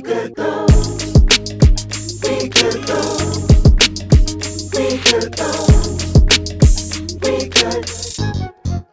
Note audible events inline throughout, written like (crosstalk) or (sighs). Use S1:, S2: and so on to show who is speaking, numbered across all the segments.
S1: could go. We could go. We could go. We could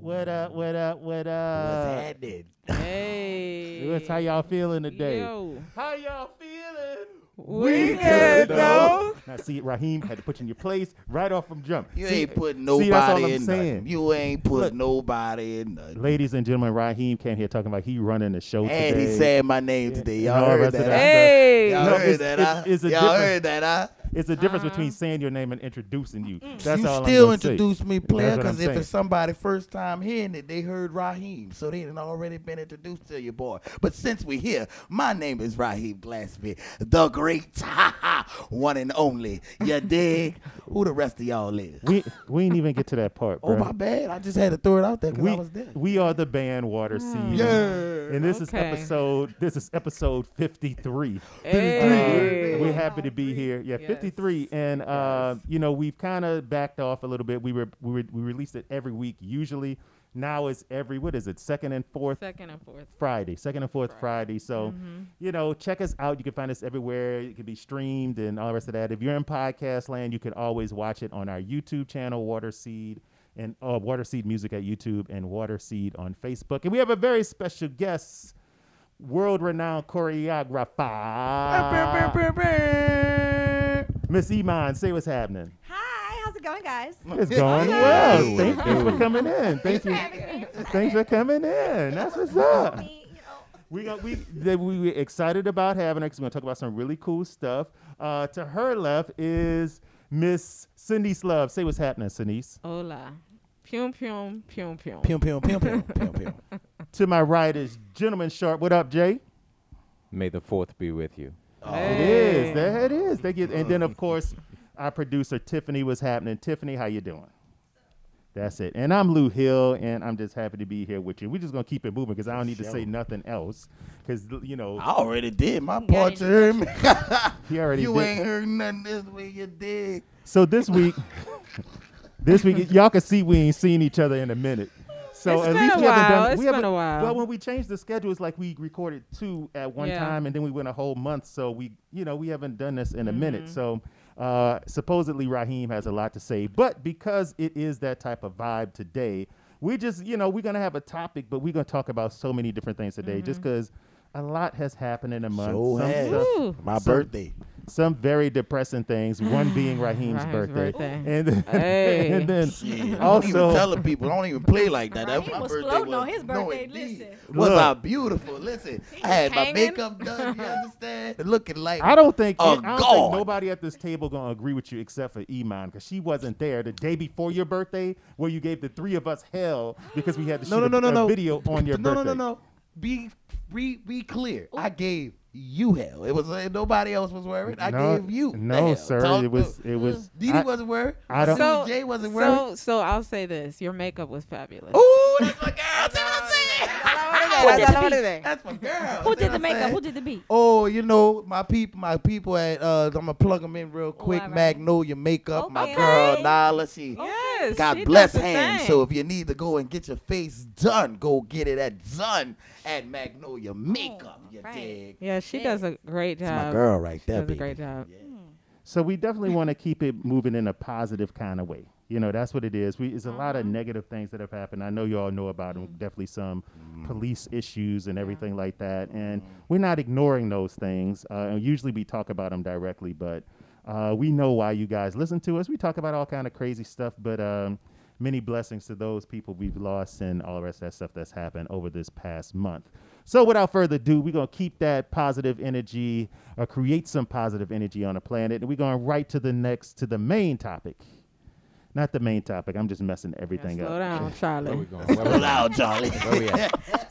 S2: What up? What up? What up?
S3: happening?
S4: Hey.
S2: What's how y'all feeling today?
S4: Yo.
S2: How y'all feeling?
S4: We good though.
S2: Now see, Raheem had to put you in your place right off from jump.
S3: You
S2: See,
S3: ain't put nobody
S2: see, that's all I'm
S3: in
S2: saying.
S3: nothing. You ain't put
S2: Look.
S3: nobody in nothing.
S2: Ladies and gentlemen, Raheem came here talking about he running the show
S3: And
S2: today.
S3: he said my name today.
S2: And
S3: Y'all
S2: all the
S3: heard
S2: rest of
S3: that?
S2: that
S3: huh?
S4: Hey.
S3: Y'all
S2: No,
S3: heard
S2: it's-
S3: that?
S2: it's-
S3: huh?
S2: it's a
S3: Y'all
S2: difference.
S3: heard that? huh? Mm.
S2: it's the difference between saying your name and introducing you. That's
S3: you
S2: all
S3: still
S2: I'm gonna say.
S3: introduce me, player,
S2: what I'm
S3: because if
S2: saying.
S3: it's somebody first time hearing it, they heard Raheem, so they done already been introduced to your boy. But since we here, my name is Raheem Blasphemy, the great, (laughs) one and only.
S2: (laughs)
S3: You dig? Who the rest of y'all is?
S2: We we ain't even get to that part,
S3: (laughs) Oh
S2: bruh.
S3: my bad, I just had to throw it out there because
S2: we,
S3: I was there.
S2: we are the band Water Seed.
S3: Yeah.
S2: And this is
S4: Okay.
S2: episode this is episode 53.
S4: Hey.
S2: Uh, we're happy to be here. Yeah,
S4: Yes.
S2: 53 and uh, you know, we've kind of backed off a little bit. We were we were, we released it every week usually. Now it's every what is it? Second and fourth
S4: Second and fourth.
S2: Friday, second and fourth Friday. Mm-hmm. So, you know, check us out. You can find us everywhere. It can be streamed and all the rest of that. If you're in podcast land, you can always watch it on our YouTube channel, Water Seed, and uh, Water Seed Music at YouTube and Water Seed on Facebook. And we have a very special guest, world renowned choreographer, Miss Iman. Say what's happening.
S5: Hi, how's it going, guys?
S2: It's going well.
S3: Hey.
S2: Thank you for coming in. Thank you. Thanks for coming in. That's what's up.
S5: Me, you know,
S2: We got we that we were excited about having her 'cause we're gonna talk about some really cool stuff. Uh, to her left is Miss Cindy Love. Say what's happening, Cindy's.
S4: Hola. Pium pium pium pium.
S3: Pim, pim, pim, pim, pim, pim.
S2: To my right is Gentleman Sharp. What up, Jay?
S6: May the fourth be with you.
S2: It is. There it is. They get, and then of course, our producer Tiffany was happening. Tiffany, how you doing? That's it. And I'm Lou Hill, and I'm just happy to be here with you. We're just gonna keep it moving because I don't need to say nothing else. Because you know,
S3: I already did my part to hear me. (laughs)
S2: he already
S3: you
S2: did-
S3: ain't heard nothing this way, you dig?
S2: So
S4: (laughs)
S2: this week, this week y'all can see we ain't seen each other in a minute. So
S4: It's
S2: at
S4: been
S2: least
S4: a
S2: we haven't
S4: while.
S2: done.
S4: It's
S2: we
S4: been
S2: haven't-
S4: a while.
S2: Well, when we changed the schedule, it's like we recorded two at one
S4: Yeah.
S2: time, and then we went a whole month. So we, you know, we haven't done this in a
S4: Mm-hmm.
S2: minute. So uh, supposedly Raheem has a lot to say, but because it is that type of vibe today, we just, you know, we're gonna have a topic, but we're gonna talk about so many different things today, just
S4: Mm-hmm.
S2: because. A lot has happened in a month.
S3: So
S2: Some
S3: has.
S2: stuff-
S4: Ooh.
S3: My
S2: Some-
S3: birthday.
S2: some very depressing things. One being Raheem's,
S4: Raheem's
S2: birthday.
S4: birthday.
S2: (laughs) and then,
S4: Hey.
S2: and then
S3: Yeah, I don't even
S2: also
S3: tell the people. I don't even play like that. That
S5: Raheem
S3: my
S5: was
S3: birthday
S5: floating
S3: was,
S5: on his
S3: no,
S5: birthday,
S3: indeed.
S5: listen.
S3: Was
S2: Look.
S3: I beautiful? Listen, I had my
S4: hanging.
S3: makeup done. You understand?
S2: (laughs)
S3: Looking like
S2: I don't think I
S3: Oh,
S2: don't think
S3: God.
S2: nobody at this table gonna agree with you except for Iman because she wasn't there the day before your birthday where you gave the three of us hell because we had to shoot
S3: no, no,
S2: a,
S3: no, no,
S2: a
S3: no.
S2: video on your
S3: no, no,
S2: birthday.
S3: no, no. Be be be clear. I gave you hell. It was uh, nobody else was wearing. it. I
S2: No,
S3: gave you.
S2: no,
S3: hell.
S2: sir.
S3: Talk
S2: it was
S3: to-
S2: it was.
S3: Didi
S2: I-
S3: wasn't wearing.
S2: I don't-
S3: So, Jay wasn't wearing.
S4: so, so I'll say this. Your makeup was fabulous.
S3: Ooh, that's (laughs) my girl. See what I'm saying?
S4: (laughs)
S5: Who did the beat?
S3: That's my girl.
S5: Who
S3: See
S5: did
S3: what
S5: the
S3: I'm
S5: makeup?
S3: saying?
S5: Who did the beat?
S3: Oh, you know, my people, my people at uh I'm gonna plug them in real quick.
S5: alright.
S3: Magnolia makeup, my
S5: Okay.
S3: girl Nyla, she
S4: Yes.
S3: God
S4: she
S3: bless
S4: Oh, does the
S3: hands.
S4: thing.
S3: So if you need to go and get your face done, go get it at done at Magnolia makeup. you
S5: right.
S3: dig?
S4: yeah, she
S5: Yeah.
S4: does a great job.
S3: That's my girl right
S4: She
S3: there,
S4: does
S3: baby.
S4: a great job.
S2: So we definitely want to keep it moving in a positive kind of way. You know, that's what it is. We it's a lot of negative things that have happened. I know you all know about them. Definitely some police issues and everything like that. And we're not ignoring those things. Uh, and usually we talk about them directly, but uh, we know why you guys listen to us. We talk about all kind of crazy stuff, but um, many blessings to those people we've lost and all the rest of that stuff that's happened over this past month. So without further ado, we're gonna keep that positive energy or create some positive energy on the planet, and we're going right to the next to the main topic. Not the main topic. I'm just messing
S4: Yeah,
S2: everything
S4: slow
S2: up.
S4: down, Charlie.
S6: going? Where we
S3: Hold out, (laughs) Charlie.
S6: Where we at?
S5: (laughs)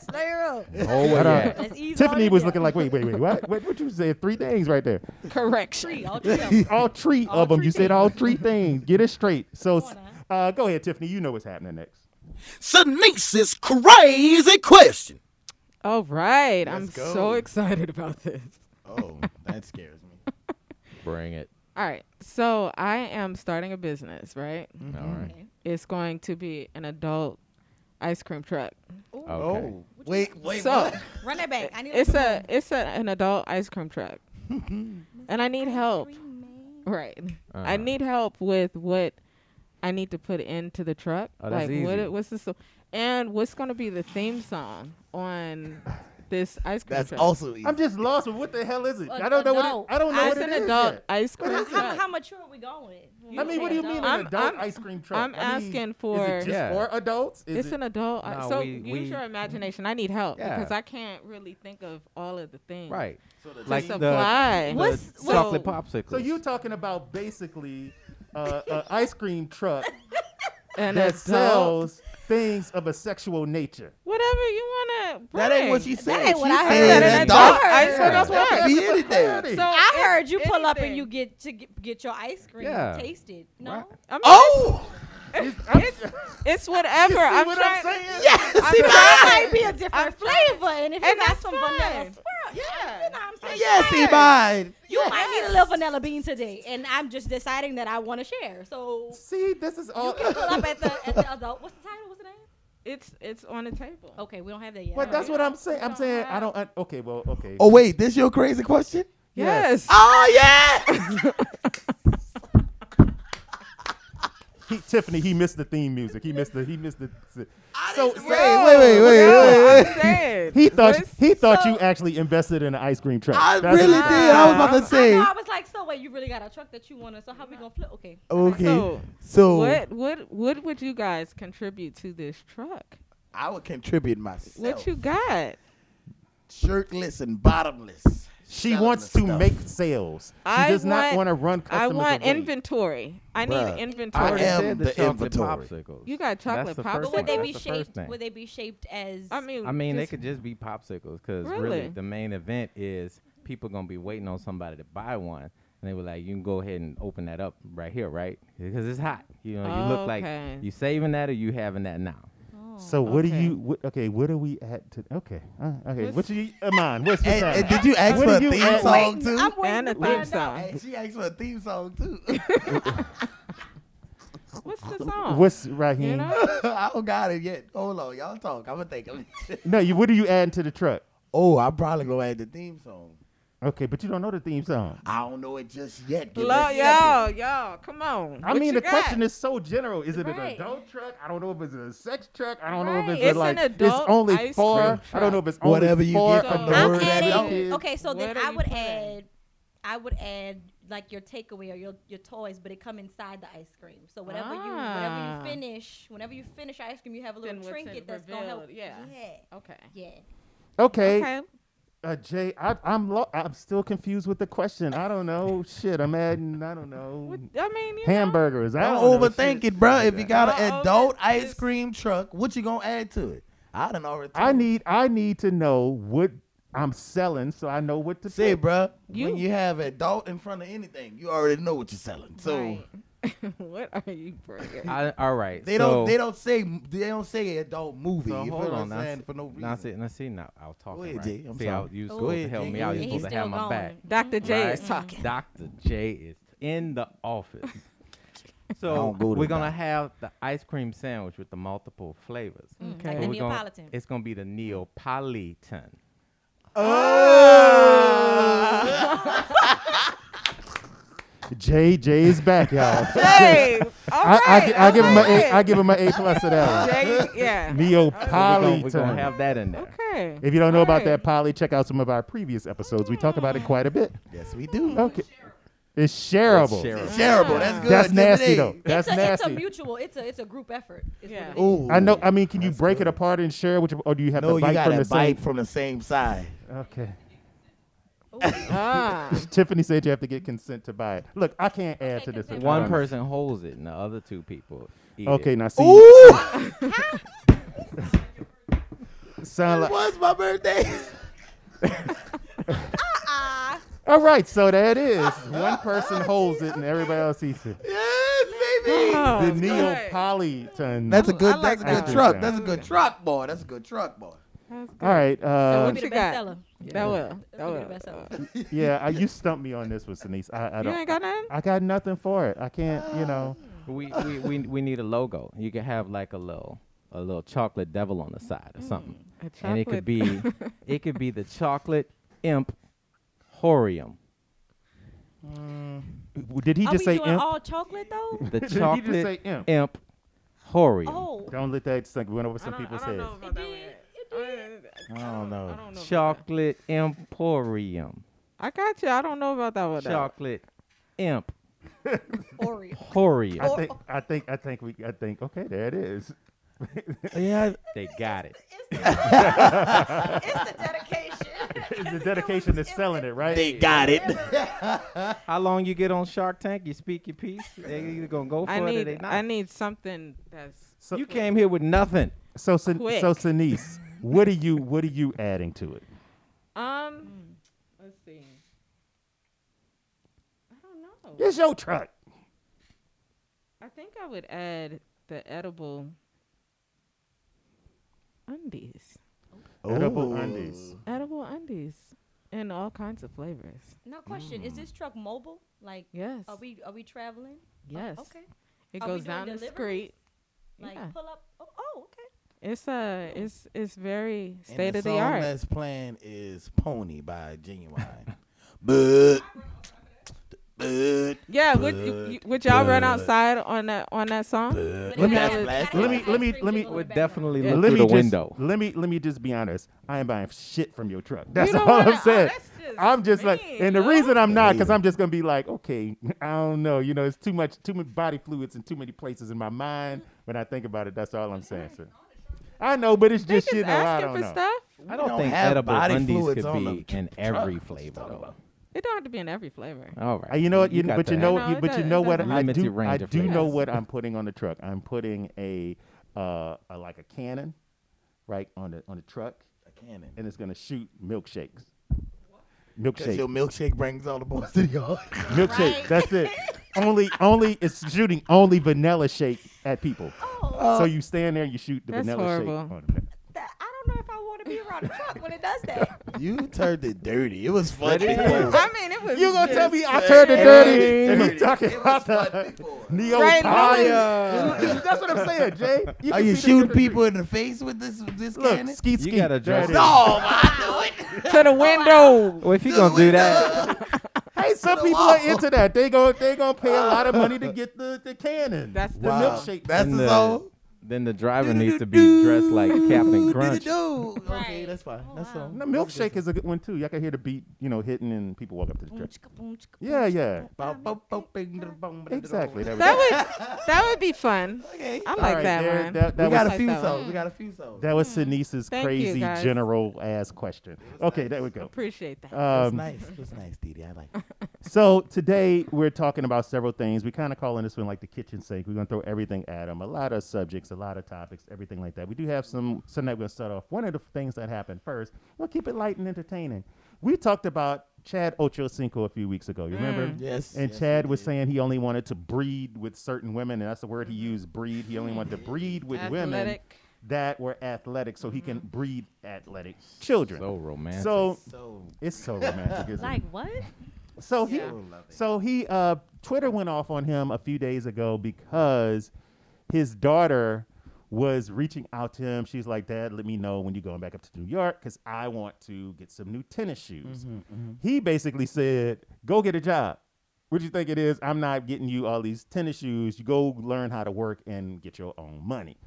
S6: Oh,
S2: Hold on.
S6: yeah.
S5: Let's ease on
S2: Tiffany
S5: in
S2: was
S5: there.
S2: looking like, wait, wait, wait, what? What, what you said? Three things right
S4: (laughs)
S2: there.
S4: Correction.
S5: Three,
S2: (laughs)
S5: all three of them.
S2: All three
S5: All
S2: of them.
S5: three
S2: You said
S5: things.
S2: all three things. Get it straight. So,
S5: Come on
S2: uh, go ahead, Tiffany. You know what's happening next.
S3: Sneak's crazy question.
S4: All right. I'm
S3: Let's go.
S4: so (laughs) excited about this.
S3: Oh, that scares me.
S6: Bring it.
S4: All right. So
S6: Mm-hmm.
S4: I am starting a business, right?
S6: All right.
S4: It's going to be an adult ice cream truck.
S6: Okay.
S3: Oh, wait, wait,
S4: so
S3: what?
S5: Run that back. I need
S4: it's a it's a, an adult ice
S2: (laughs)
S4: cream truck, and I need help. Right, I
S6: Uh-huh.
S4: need help with what I need to put into the truck.
S6: Oh, that's
S4: like what
S6: easy.
S4: it- what's the so- and what's going to be the theme song on this ice cream
S3: That's
S4: truck?
S3: also easy.
S2: I'm just lost. with What the hell is it?
S5: Uh,
S2: I don't know
S5: adult.
S2: what it, I don't know
S4: As
S2: what
S4: an
S2: it is
S4: adult
S2: yet.
S4: ice cream
S5: How,
S4: truck.
S5: how, how mature are we going?
S2: I mean, what do you
S5: Adult.
S2: mean
S4: I'm-
S2: an adult
S4: I'm-
S2: ice cream truck?
S4: I'm
S2: I mean,
S4: asking
S2: Is
S4: for
S2: it just
S6: Yeah.
S2: for adults? Is
S4: it's
S2: it,
S4: an adult. i-
S6: No,
S4: so
S6: we-
S4: use
S6: we-
S4: your imagination. I need help
S6: Yeah.
S4: because I can't really think of all of the things.
S6: Right.
S4: To
S6: Like
S4: supply.
S6: the,
S5: What's-
S6: the chocolate
S4: so-
S6: popsicles.
S2: so you talking about basically uh, an ice cream truck
S4: An
S2: that
S4: adult-
S2: sells things of a sexual nature?
S4: whatever you wanna bring.
S3: that ain't what she said.
S5: ain't what
S3: she
S5: I heard.
S3: said
S4: An
S3: adult.
S4: adult ice
S6: cream
S2: That's what
S4: truck.
S2: I'm asking
S3: Be
S2: for
S3: anything.
S2: clarity.
S4: So
S5: I
S4: it's
S5: heard you pull up and
S4: anything.
S5: you get to get, get your ice cream
S6: Yeah.
S5: tasted. No,
S6: Right.
S4: I mean,
S3: Oh,
S2: It's- I'm- (laughs)
S4: It's, it's whatever.
S2: You see
S4: I'm
S2: what
S4: trying.
S2: I'm saying?
S3: yes.
S4: I'm
S3: See,
S5: (laughs) that
S4: trying.
S5: might be a different
S4: I'm trying-
S5: flavor, and if
S4: and
S5: you got
S4: that's
S5: some
S4: fine.
S5: vanilla swirl,
S4: Yeah.
S5: you know what I'm saying.
S3: yes, he
S5: Hey,
S3: mine.
S5: You might need a little vanilla bean today, and I'm just deciding that I want to share. So
S2: See, this is all.
S5: you can
S2: (laughs)
S5: pull up at the, at the adult. What's the title? What's the name?
S4: It's it's on the table.
S5: Okay, we don't have that yet.
S2: But that's what I'm saying. I'm
S4: Don't
S2: saying I
S4: have-
S2: don't. un- okay, well, okay.
S3: Oh wait, this your crazy question?
S4: Yes.
S3: Oh (laughs) yeah.
S2: He, Tiffany, he missed the theme music. He missed the. He missed the.
S3: so wait,
S2: didn't-
S3: wait, wait, wait, wait, wait.
S4: I'm saying.
S2: He thought
S4: This-
S2: he thought you actually invested in an ice cream truck.
S3: I
S2: That's-
S3: really did. I was about to
S5: I,
S3: say.
S5: know, I was like, so wait, you really got a truck that you want to? So how we gonna flip? Okay.
S3: Okay.
S4: So,
S3: So
S4: what what what would you guys contribute to this truck?
S3: I would contribute myself.
S4: What you got?
S3: Shirtless and bottomless.
S2: She
S3: Selling
S2: wants
S3: the
S2: to
S3: stuff.
S2: make sales. She
S4: I
S2: does not
S4: want-
S2: want to run
S4: I
S2: customers
S4: want
S2: away.
S4: inventory. I need
S3: Bruh,
S6: I
S4: inventory.
S6: already
S3: am
S6: said
S3: the
S6: the chocolate
S3: inventory.
S6: popsicles.
S4: You got chocolate
S6: That's the first
S4: popsicles?
S5: But would
S6: thing.
S5: they be
S6: That's the first
S5: shaped?
S6: thing.
S5: Would they be shaped as?
S4: I mean,
S6: I mean, they
S4: just-
S6: could just be popsicles because really?
S4: Really?
S6: the main event is people gonna be waiting on somebody to buy one, and they were like, "You can go ahead and open that up right here, right? Because it's hot. You know, you look
S4: Okay.
S6: like you saving that or you having that now.
S2: So what do
S4: okay.
S2: you? What, okay, what are we at? To, okay, uh, okay.
S4: What's-
S2: what do you, Amon? What's what's
S3: And,
S2: up?
S3: and did you ask
S2: What
S3: for a
S2: do you
S3: theme
S2: ask-
S3: song
S5: I'm
S3: too?
S5: waiting
S4: and a
S5: to
S4: theme
S5: find out.
S4: song.
S3: Hey, she asked for a theme song too. (laughs)
S4: What's the song?
S2: What's Raheem? (laughs)
S4: you know?
S3: I don't got it yet. Hold on, y'all talk. I'm gonna think. of it.
S2: No, you. What are you adding to the truck?
S3: oh, I'm probably gonna add the theme song.
S2: Okay, but you don't know the theme song.
S3: I don't know it just yet. Give me a
S4: Love
S3: second.
S4: y'all, y'all. Come on.
S2: I mean, the question is so general. Is it
S5: Right.
S2: an adult truck? I don't know if it's a sex truck. I don't know
S5: Right.
S2: if it's, a,
S4: It's an
S2: like
S4: adult
S2: it's only
S4: ice
S2: for.
S4: cream
S2: I don't know if it's only
S3: Whatever you
S2: for
S3: get
S4: from the
S5: I'm
S4: word
S2: adult
S5: adding.
S2: is.
S5: Okay, so
S4: What
S5: then
S4: are
S5: I
S4: you
S5: would
S4: putting?
S5: add, I would add like your takeaway or your, your toys, but it come inside the ice cream. So whenever you
S4: Ah.
S5: whenever you finish, whenever you finish ice cream, you have a little
S4: Then what's
S5: trinket
S4: it
S5: that's gonna help.
S4: revealed, yeah.
S5: yeah,
S4: Okay.
S5: yeah.
S2: Okay,
S4: Okay.
S2: Uh, Jay, I, I'm lo- I'm still confused with the question. I don't know. Shit, I'm adding. I don't know.
S4: What- I mean, you
S2: Hamburgers. I
S3: Don't
S2: don't know
S3: overthink
S2: shit.
S3: it, bro. If you got an
S4: Uh-oh,
S3: adult
S4: this-
S3: ice
S4: this-
S3: cream truck, what you gonna add to it? I done already.
S2: I
S3: told you.
S2: need I need to know what I'm selling so I know what to
S3: Say,
S2: pick.
S3: bro,
S4: You-
S3: when you have adult in front of anything, you already know what you're selling.
S4: Know.
S3: So
S4: Right. (laughs) what are you bringing?
S6: I, all right.
S3: they don't
S6: so,
S3: they don't say they don't say adult movie.
S6: So
S3: you
S6: hold
S3: feel what
S6: on.
S3: I'm
S6: Now,
S3: saying?
S6: s-
S3: For no
S6: now, see,
S3: reason.
S6: now see, now I was talking.
S3: ahead,
S6: right?
S3: Jay. I'm
S6: see,
S3: sorry.
S6: I, was- you was
S5: Go
S6: supposed to
S3: ahead,
S6: help
S3: Jay.
S6: me
S3: Go
S6: out.
S3: ahead.
S6: You're
S5: He's
S3: He's
S6: supposed to
S5: still
S6: have my
S5: going.
S6: back.
S4: Dr. J is
S2: (laughs)
S6: Right.
S4: talking.
S6: Dr. J is in the
S5: (laughs)
S6: office. So
S3: don't go to
S6: we're gonna
S3: that.
S6: have the ice cream sandwich with the multiple flavors.
S4: Okay.
S6: But
S5: Mm, Like the
S6: we're gonna-
S5: Neapolitan.
S6: it's gonna be the Neapolitan.
S2: Jay Jay is back,
S5: (laughs)
S2: y'all.
S4: Hey, all
S2: I,
S4: right.
S2: I, gi- I give him
S4: all
S2: a A, I
S4: right.
S2: give him an A plus of that.
S5: (laughs)
S4: Jay,
S2: (laughs)
S4: yeah.
S2: one. Neo
S6: So
S2: Poly.
S6: We're gonna, we're gonna have that in there.
S4: Okay.
S2: If you don't know about that
S4: Alright.
S2: poly, check out some of our previous episodes. We talk about it quite a bit.
S3: Yes, we do.
S2: Okay, it's shareable.
S6: shareable.
S3: It's terrible. That's good.
S2: That's
S3: Tiffany.
S2: nasty though. That's
S5: it's a,
S2: nasty.
S5: It's a mutual. It's a it's a group effort. Is
S4: Yeah.
S5: what it is.
S3: Ooh.
S2: I know. I mean, can you
S3: That's
S2: break
S3: good.
S2: it apart and share? Which, or do you have
S3: No,
S2: to
S3: you
S2: bite
S3: got
S2: from
S3: to
S2: the same?
S3: bite from the same side.
S2: okay. (laughs)
S4: Ah.
S2: Tiffany said you have to get consent to buy it. Look, I can't add to
S5: Okay,
S2: this.
S5: consent.
S6: One
S2: economy.
S6: person holds it, and the other two people. Eat
S2: Okay,
S6: It.
S2: now see. (laughs) Sound like,
S3: It was my birthday.
S5: Ah,
S2: all right, so that is one person holds it and everybody else eats it.
S3: yes,
S2: (sighs)
S3: baby.
S4: Oh,
S2: The
S4: good.
S2: Neapolitan.
S3: That's a
S4: I
S3: good.
S4: like
S3: that's
S4: that
S3: a good
S2: one.
S3: truck. That's a good truck, boy. That's a good truck, boy.
S4: That's good.
S2: all right.
S4: So
S2: Uh,
S4: what
S5: be
S4: you
S5: the
S4: got? Oh,
S5: bestseller.
S4: That will. That
S5: It'll be
S4: will.
S5: the bestseller.
S2: yeah, I, you stumped me on this one, Sinise. I, I
S4: You
S2: don't.
S4: ain't got nothing?
S2: I got nothing for it. I can't. You know.
S6: We, we we we need a logo. You can have like a little a little chocolate devil on the side
S5: Mm.
S6: or something.
S4: A
S6: And it could
S4: chocolate- (laughs)
S6: be it could be the chocolate imp horium.
S2: W- Did he
S5: Are
S2: just
S5: we
S2: say
S5: doing
S2: imp?
S5: all chocolate though?
S6: The
S2: Did he just say
S6: chocolate
S2: imp?
S6: imp horium.
S5: oh,
S2: Don't let that sink. We went over
S4: I
S2: some
S4: don't-
S2: people's
S4: I don't
S2: heads.
S4: know about that one. I-
S3: I don't know.
S4: I don't know. about that.
S6: Chocolate emporium.
S4: I got you. I don't know about that one. though.
S6: Chocolate imp
S5: Oreo.
S2: I
S6: horium.
S2: think I think I think we I think okay there it is.
S3: Yeah,
S6: They got it.
S5: It's the, it's the dedication.
S2: (laughs) It's the dedication to selling it, right?
S3: they got it.
S6: How long you get on Shark Tank? You speak your piece. They either gonna go for
S4: I
S6: it or
S4: need.
S6: they not.
S4: I need something that's.
S2: So,
S6: you came here with nothing.
S2: so Sin-
S4: Quick.
S2: so Sinise, what are you what are you adding to it?
S4: Um. Let's see. I don't know.
S2: It's your truck.
S4: I think I would add the edible undies.
S2: Edible undies.
S4: Edible undies in all kinds of flavors.
S5: Now, question: Is this truck mobile? Like,
S4: Yes.
S5: are we are we traveling?
S4: yes.
S5: Okay.
S4: It
S5: are we
S4: goes
S5: doing
S4: down the
S5: delivery?
S4: street.
S5: Like,
S4: Yeah.
S5: pull up. Oh, oh, okay.
S4: It's uh it's it's very
S3: And
S4: state of the
S3: song
S4: art.
S3: That's playing is "Pony" by Genuine. (laughs) but, but,
S4: Yeah, would you, you, would y'all run outside on that on that song?
S2: Let
S3: but.
S2: me
S5: Gotta
S2: ask-
S5: have- gotta have
S2: let me-
S5: ice
S2: let me-
S5: cream
S2: let me-
S5: jingle
S6: Would
S5: in the background.
S6: definitely
S4: Yeah.
S6: look
S2: let
S6: through
S2: me
S6: the
S2: just,
S6: window.
S2: Let me let me just be honest. I ain't buying shit from your truck. That's (laughs) all
S4: don't
S2: I'm
S4: wanna- oh,
S2: saying.
S4: that's just
S2: I'm just like,
S4: mean,
S2: and the
S4: yo.
S2: reason I'm not, because
S3: Yeah.
S2: I'm just gonna be like, okay, (laughs) I don't know. You know, it's too much, too many body fluids in too many places in my mind. When I think about it, that's all I'm saying. Sir. I know, but it's
S4: They
S2: just
S4: just
S2: you know, I
S4: asking
S2: don't
S4: for
S2: know.
S4: stuff.
S6: I don't,
S3: don't
S6: think
S3: have
S6: edible
S3: body
S6: undies
S3: fluids
S6: could
S3: on
S6: be
S3: the
S6: in
S3: truck.
S6: every
S3: What you
S6: flavor
S3: talking
S6: though.
S3: about?
S4: It don't have to be in every flavor.
S6: All right.
S2: Uh, You know what? You,
S6: got
S2: but
S6: to
S2: you know,
S6: have-
S4: No,
S2: you,
S4: it
S2: but you
S4: does-
S2: know
S4: it
S2: what?
S4: does.
S2: I
S6: Limited
S2: do.
S6: range
S2: I
S6: of
S2: do know
S6: flavors.
S2: what I'm putting on the truck. I'm putting a, uh, a like a cannon, right on the on the truck,
S3: A cannon.
S2: and it's gonna shoot milkshakes.
S3: Because
S2: Milkshake.
S3: your milkshake brings all the boys to the yard. (laughs)
S2: milkshake.
S5: Right.
S2: That's it. only, only it's shooting only vanilla shake at people.
S5: Oh,
S2: so you stand there, and you shoot the
S4: That's
S2: vanilla shake.
S4: horrible.
S2: On them.
S5: that, I don't know if I want to be around a truck when it does
S2: (laughs)
S5: that.
S3: you turned it dirty. It was fun (laughs) before.
S4: I mean, it was.
S2: You gonna tell
S4: just-
S2: me I turned it dirty?
S6: Dirty.
S2: And you talking
S3: It
S2: about
S3: was fun
S2: the (laughs)
S3: before.
S2: neo
S4: Right, no one-
S2: (laughs) That's what I'm saying, Jay. You
S3: Are
S2: can
S3: you
S2: see the
S3: shooting
S2: difference.
S3: people in the face with this this
S2: Look,
S3: cannon?
S2: skeet skeet.
S6: You gotta
S2: There
S6: dress
S2: it
S6: it
S2: is.
S3: Oh, I do it.
S4: to the window.
S6: Well, if
S3: (laughs)
S6: you're gonna do that,
S2: Hey, some
S3: the
S2: people
S3: wall.
S2: are into that. They go, they gonna pay a lot of money to get the the cannon.
S4: That's
S2: the
S4: the-
S3: Wow.
S2: milkshake.
S3: That's
S6: then
S3: his
S6: the,
S3: old.
S6: then the driver needs to be dressed like Captain Crunch.
S3: Okay,
S5: Right.
S3: that's fine.
S5: Oh,
S3: That's
S5: wow.
S3: all.
S2: the milkshake is a good one too. Y'all can hear the beat, you know, hitting, and people walk up to the
S5: Boom,
S2: truck.
S5: chicka, boom, chicka, boom,
S2: Yeah,
S5: chicka,
S2: yeah.
S5: boom.
S3: Bow, bow, bow, bing, ding, bong, bing,
S2: Exactly.
S3: dong.
S2: There we
S4: That
S2: go.
S4: would that would be fun.
S3: Okay.
S4: I
S3: We
S4: like
S2: right,
S4: that
S2: there-
S4: one.
S2: that- that was-
S3: got a
S4: like
S3: few
S4: that
S3: songs.
S4: one.
S3: We got a few songs.
S2: That was Sinise's
S4: Mm. Thank you,
S2: crazy
S4: guys.
S2: general ass question. Okay, there we go.
S4: Appreciate that.
S3: That's
S2: Um,
S3: nice. That's nice, Didi. I like. it.
S2: so today we're talking about several things. We kind of calling this one like the kitchen sink. We're gonna throw everything at them. A lot of subjects, a lot of topics, everything like that. We do have some. So now we're gonna start off. One of the things that happened first. We'll keep it light and entertaining. We talked about Chad Ochocinco a few weeks ago. You remember?
S4: Mm.
S3: Yes.
S2: And
S3: yes,
S2: Chad
S3: we
S2: was
S3: did.
S2: saying he only wanted to breed with certain women, and that's the word he used, breed. He only wanted to breed with women
S4: Athletic.
S2: that were athletic, so he can breed athletic children.
S6: So romantic.
S2: So
S3: So
S2: it's so romantic, isn't
S5: Like what?
S2: it? So he,
S4: Yeah.
S2: so he, uh, Twitter went off on him a few days ago because his daughter was reaching out to him. She's like, "Dad, let me know when you're going back up to New York, because I want to get some new tennis shoes." He basically said, "Go get a job." What you think it is? I'm not getting you all these tennis shoes. You go learn how to work and get your own money.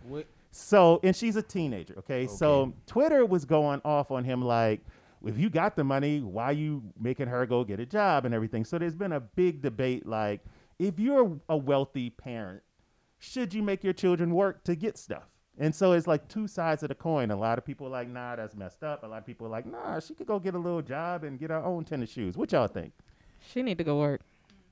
S2: So, and she's a teenager, okay? So Twitter was going off on him like, if you got the money, why you making her go get a job and everything? So there's been a big debate like, if you're a wealthy parent, should you make your children work to get stuff? And so it's like two sides of the coin. A lot of people are like, nah, that's messed up. A lot of people are like, nah, she could go get a little job and get her own tennis shoes. What y'all think?
S4: She need to go work.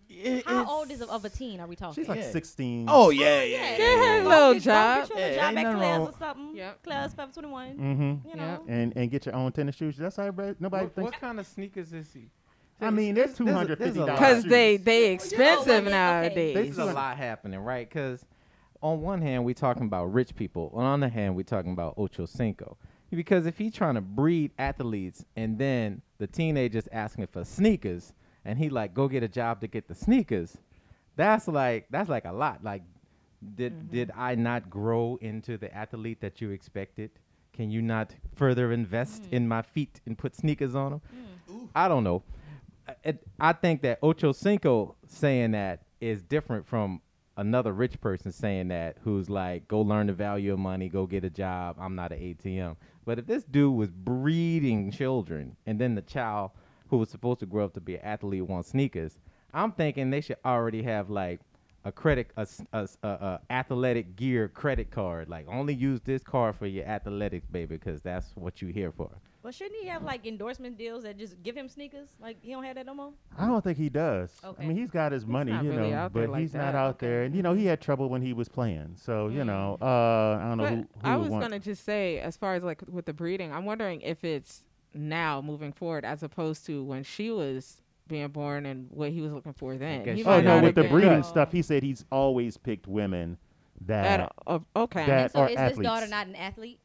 S3: it-
S5: How
S3: it's-
S5: old is of a teen? Are we talking?
S2: She's like
S3: Yeah.
S2: 16.
S3: Oh yeah, yeah.
S5: yeah.
S3: yeah.
S4: Get her
S5: Go
S4: little
S5: get- go
S4: job.
S5: Get you a
S3: Yeah, ain't
S5: job at
S3: nothing
S5: Claire's
S3: wrong.
S5: or something.
S4: Yep.
S5: Claire's Pep 21.
S2: hmm
S5: You know.
S2: And, and get your own tennis shoes. That's how everybody, nobody
S6: what,
S2: thinks.
S6: what kind of sneakers is he?
S2: I mean, they're $250
S4: Cause
S2: shoes.
S4: they they
S5: well,
S4: expensive
S5: okay.
S4: nowadays.
S6: There's a lot happening, right? Because on one hand, we talking about rich people. On the other hand, we talking about Ocho Cinco. Because if he trying to breed athletes and then the teenagers asking for sneakers and he like go get a job to get the sneakers, that's like that's like a lot. Like Did did I not grow into the athlete that you expected? Can you not further invest in my feet and put sneakers on them? I don't know. I- It, I think that Ocho Cinco saying that is different from another rich person saying that who's like, go learn the value of money, go get a job. I'm not an ATM. But if this dude was breeding children and then the child who was supposed to grow up to be an athlete wants sneakers, I'm thinking they should already have like a credit, a, s- a s- a- a athletic gear credit card. Like only use this card for your athletics, baby, because that's what you here for.
S5: Well, shouldn't he have like endorsement deals that just give him sneakers? Like he don't have that no more.
S2: I don't think he does. I
S5: Okay.
S2: mean, he's got his money,
S4: not
S2: you
S4: really
S2: know,
S4: out there
S2: but
S4: like
S2: he's not
S4: that.
S2: out there. And you know, he had trouble when he was playing. So you know, uh, I don't know
S4: But
S2: who, who
S4: I
S2: would
S4: was
S2: want-
S4: gonna just say, as far as like with the breeding, I'm wondering if it's now moving forward as opposed to when she was being born and what he was looking for then.
S6: guess
S4: He
S6: she
S2: Oh
S4: might
S6: might
S2: no,
S4: not
S2: with
S4: have
S2: the
S4: been
S2: breeding
S5: Oh.
S2: stuff, he said he's always picked women that,
S4: At, uh, okay.
S2: that
S5: so
S2: are
S5: is
S2: athletes.
S5: his daughter not an athlete?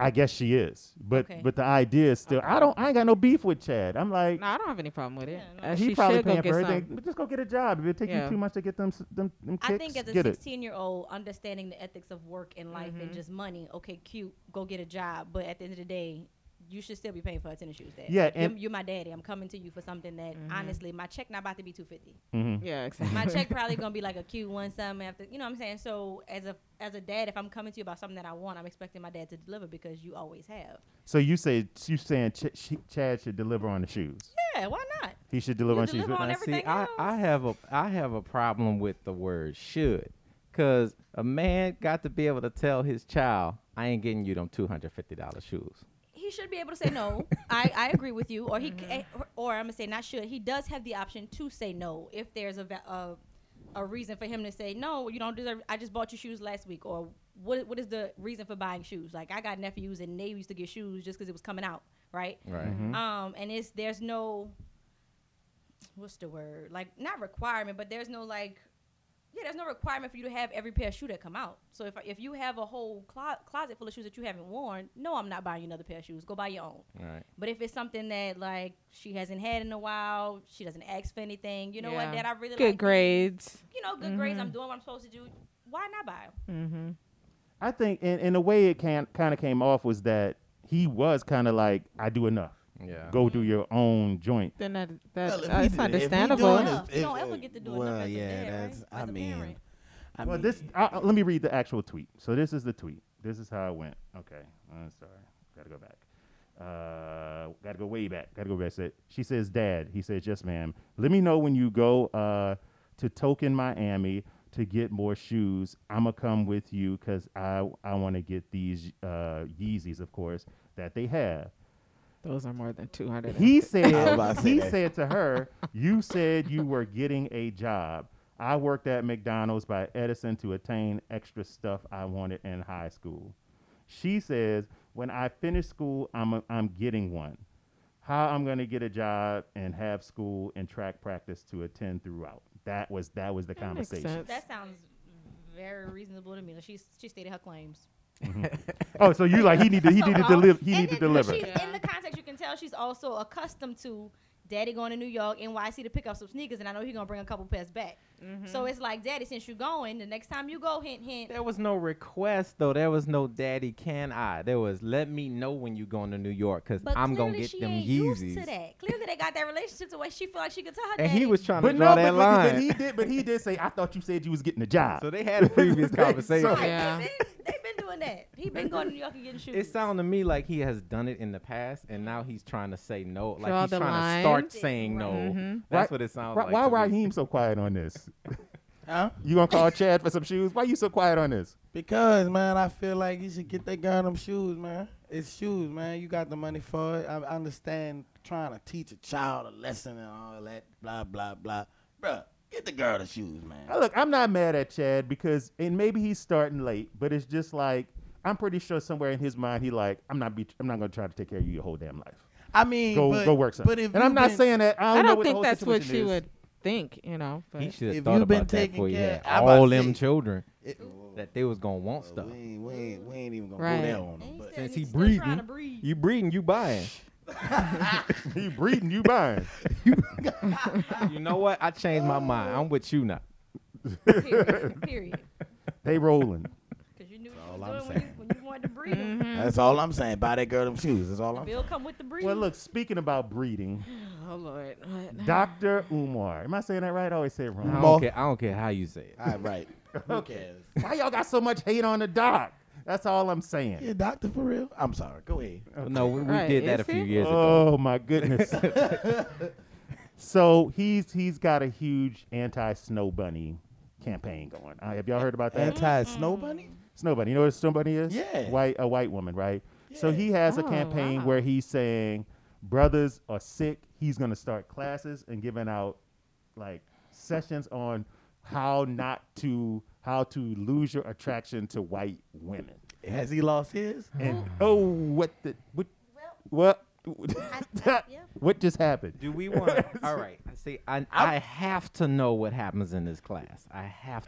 S2: I guess she is, but
S5: Okay.
S2: but the idea is still. I don't. I ain't got no beef with Chad. I'm like,
S4: no, I don't have any problem with it.
S5: Yeah, no.
S4: Uh,
S2: he
S4: she
S2: probably
S4: should go
S2: paying
S4: get
S2: for everything.
S4: some.
S2: But just go get a job. If it take
S4: Yeah.
S2: you two months to get them s- them them kicks,
S5: I think as a
S2: get it.
S5: 16 year old, understanding the ethics of work and life and just money. Okay, cute, go get a job, but at the end of the day, you should still be paying for her tennis shoes. Dad.
S2: Yeah,
S5: You're-
S2: and-
S5: you're, my daddy. I'm coming to you for something that honestly, my check not about to be 250.
S2: Mm-hmm.
S4: Yeah, exactly.
S5: my
S2: (laughs)
S5: check probably gonna be like a Q one something after you know what I'm saying. So as a as a dad, if I'm coming to you about something that I want, I'm expecting my dad to deliver because you always have.
S2: So you say you saying Ch- she, Chad should deliver on the shoes.
S5: Yeah, why not?
S2: He should deliver
S5: You
S2: on shoes.
S5: deliver
S2: But-
S5: on
S6: Now,
S5: everything
S6: see, I, I
S5: else.
S6: have a I have a problem with the word should, cause a man got to be able to tell his child, I ain't getting you them two hundred fifty dollars shoes.
S5: He should be able to say no. I, I agree with you, or he c eh, or, or I'm gonna say not should. He does have the option to say no if there's a va- a, a reason for him to say no. You don't deserve. I just bought you shoes last week, or what what is the reason for buying shoes? Like I got nephews and they used to get shoes just because it was coming out, right?
S6: Right.
S2: Mm-hmm.
S3: Mm-hmm.
S5: Um, and it's there's no what's the word? Like not requirement, but there's no like yeah, there's no requirement for you to have every pair of shoe that come out. So if if you have a whole clo- closet full of shoes that you haven't worn, no, I'm not buying you another pair of shoes. Go buy your own.
S6: Right.
S5: But if it's something that like she hasn't had in a while, she doesn't ask for anything. You know
S4: Yeah.
S5: what? That I really
S4: Good
S5: like.
S4: grades.
S5: You know, good grades. I'm doing what I'm supposed to do. Why not buy 'em?
S2: I think in, in a way it can kind of came off was that he was kind of like I do enough.
S6: Yeah.
S2: Go
S3: Uh-huh.
S2: do your own joint.
S4: Then that
S3: Well,
S4: that
S3: if
S4: uh,
S3: he
S4: it's
S3: did- if he
S4: understandable.
S3: doing it-
S5: Yeah, you don't
S3: if-
S5: ever get to do it
S3: well,
S5: unless it's
S3: yeah,
S5: dead, right?
S3: that's. I
S5: As a
S3: mean,
S5: parent.
S3: I
S2: Well,
S3: mean,
S2: this I, I- let me read the actual tweet. So this is the tweet. This is how it went. Okay, I'm sorry. Got to go back. Uh, got to go way back. Got to go back. Said- She says, "Dad." He says, "Yes, ma'am. Let me know when you go uh, to Token, Miami, to get more shoes. I'ma come with you because I I want to get these uh, Yeezys, of course, that they have."
S4: Those are more than two hundred.
S2: He
S3: I was about
S2: said
S3: to say
S2: he
S3: that.
S2: said to her, "You said you were getting a job. I worked at McDonald's by Edison to attain extra stuff I wanted in high school." She says, "When I finish school, I'm a, I'm getting one. How I'm going to get a job and have school and track practice to attend throughout." That was that was the
S4: That makes
S2: conversation.
S4: sense.
S5: That sounds very reasonable to me. Like, She's she stated her claims.
S2: Oh, so you like he needed he
S5: So
S2: needed to
S5: wrong.
S2: deliver he
S5: Uh-huh. And
S2: needed to
S5: then, but
S2: deliver.
S5: She's, In the context, you can tell she's also accustomed to daddy going to New York, NYC to pick up some sneakers, and I know he's gonna bring a couple pairs back. So it's like, daddy, since you're going, the next time you go, hint, hint.
S6: There was no request though. There was no daddy. Can I? There was let me know when you going to New York because
S5: But
S6: I'm gonna
S5: clearly
S6: get
S5: she
S6: them
S5: ain't
S6: Yeezys.
S5: used to that. Clearly they got that relationship to where she feel like she could tell her
S6: And
S5: daddy.
S6: he was trying
S2: But
S6: to
S2: no,
S6: draw
S2: but,
S6: that
S2: but,
S6: line.
S2: but he did but he did say, "I thought you said you was getting a job."
S6: so they had a
S2: (laughs)
S6: previous conversation.
S5: Right,
S4: Yeah.
S5: They've been, they been doing that. He been going to New York and getting shoes.
S4: Mm-hmm.
S6: It sounded to me like he has done it in the past, and now he's trying to say no. Like
S4: Draw
S6: he's
S4: the
S6: trying
S4: line. Mm-hmm.
S6: to start saying no. That's
S2: Why-
S6: what it sounds
S2: why,
S6: like.
S2: Why
S6: to me.
S2: Raheem so quiet on (laughs) this?
S3: huh?
S2: You gonna call Chad for some shoes? Why you so quiet on this?
S3: Because man, I feel like you should get that guy them shoes, man. It's shoes, man. You got the money for it. I I understand trying to teach a child a lesson and all that, blah blah blah. Bruh, get the girl the shoes, man.
S2: Uh, Look, I'm not mad at Chad because, and maybe he's starting late, but it's just like I'm pretty sure somewhere in his mind he like I'm not be, I'm not gonna try to take care of you your whole damn life.
S3: I mean,
S2: Go
S3: but,
S2: go work something.
S3: But if
S2: and I'm
S3: you
S2: not
S3: been-
S2: saying that I
S4: I
S2: don't, know
S4: don't
S2: what the
S4: think
S2: whole
S4: that's what
S2: situation
S4: she
S2: is.
S4: would think. You know, but
S6: He should
S3: If
S6: have thought
S3: you been
S6: about that
S3: taking
S6: before he
S3: care-
S6: had
S3: I'm about
S6: all
S3: to
S6: them
S3: say- (laughs)
S6: children
S3: It-
S6: that they was gonna want stuff.
S3: we, ain't, we, ain't, we ain't even gonna
S4: Right.
S3: go there on
S5: And
S3: them.
S5: he
S3: But
S5: said
S6: Since he
S5: he's still trying to
S6: breathing,
S5: breathe.
S6: (laughs) you breeding,
S3: (laughs)
S6: you buying.
S2: (laughs) you breeding, you buying.
S4: (laughs)
S6: you know what? I changed my mind. I'm with you now.
S5: Period. Period.
S2: They rolling.
S5: Because you knew what
S3: all
S5: you
S3: I'm
S5: was doing
S3: saying.
S5: when you, when you wanted to breed him.
S4: Mm.
S3: That's all I'm saying. Buy that girl them shoes. That's all I'm saying.
S5: Bill come with the breed.
S2: well, look, speaking about breeding,
S4: Oh Lord. What?
S2: Dr. Umar. Am I saying that right? I always say it
S6: I
S2: wrong.
S3: Mo-
S6: don't, care, I don't care how you say it.
S2: (laughs)
S3: All right. Who cares?
S2: Why y'all got so much hate on the doc? That's all I'm saying.
S3: Yeah, doctor for real. I'm sorry. Go ahead.
S6: No, we, we
S4: Right,
S6: did that a
S4: is
S6: few
S4: he?
S6: years ago.
S2: Oh my
S6: (laughs)
S2: goodness. so he's he's got a huge anti snow bunny campaign going. Uh, have y'all heard about that?
S3: Anti snow bunny.
S2: snow bunny. You know what a snow bunny is?
S3: Yeah.
S2: White a white woman, right? So
S3: Yeah.
S2: he has a
S4: Oh,
S2: campaign
S4: wow.
S2: where he's saying brothers are sick. He's gonna start classes and giving out like sessions on how not to how to lose your attraction to white women.
S3: Has he lost his?
S2: And oh what the what
S5: well,
S2: what (laughs)
S5: I- yeah.
S2: what just happened?
S6: Do
S2: (laughs)
S6: we want? all right. See, I I have to know what happens in this class. I have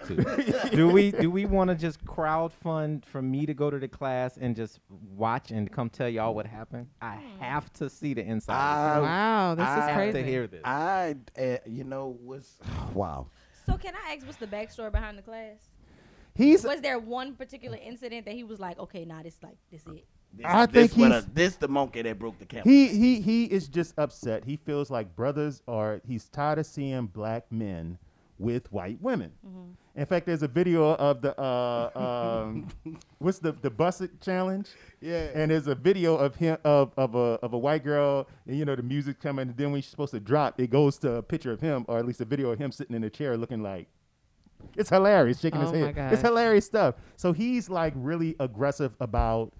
S2: (laughs)
S6: to. do we do we want to just crowdfund for me to go to the class and just watch and come tell y'all what happened? I
S4: Hmm.
S6: have to see the inside. of
S3: I-
S4: Wow, this
S3: I
S4: is
S6: this. I have to
S4: crazy.
S6: hear this.
S3: I, uh, you know, was (sighs) wow.
S5: So can I ask what's the backstory behind the class?
S2: He's
S5: Was there one particular incident that he was like, okay, nah, this like this it.
S3: This,
S2: I
S3: this
S2: think
S3: what
S2: he's-
S3: a- this the monkey that broke the camel.
S2: he he he is just upset. He feels like brothers are. He's tired of seeing black men with white women. In fact, there's a video of the uh, um, (laughs) what's the the busset challenge.
S3: Yeah.
S2: and there's a video of him of of a of a white girl, and you know the music coming. And then when she's supposed to drop, it goes to a picture of him, or at least a video of him sitting in a chair looking like. It's hilarious, shaking his
S4: Oh my
S2: head. It's
S4: gosh.
S2: hilarious stuff. So he's like really aggressive about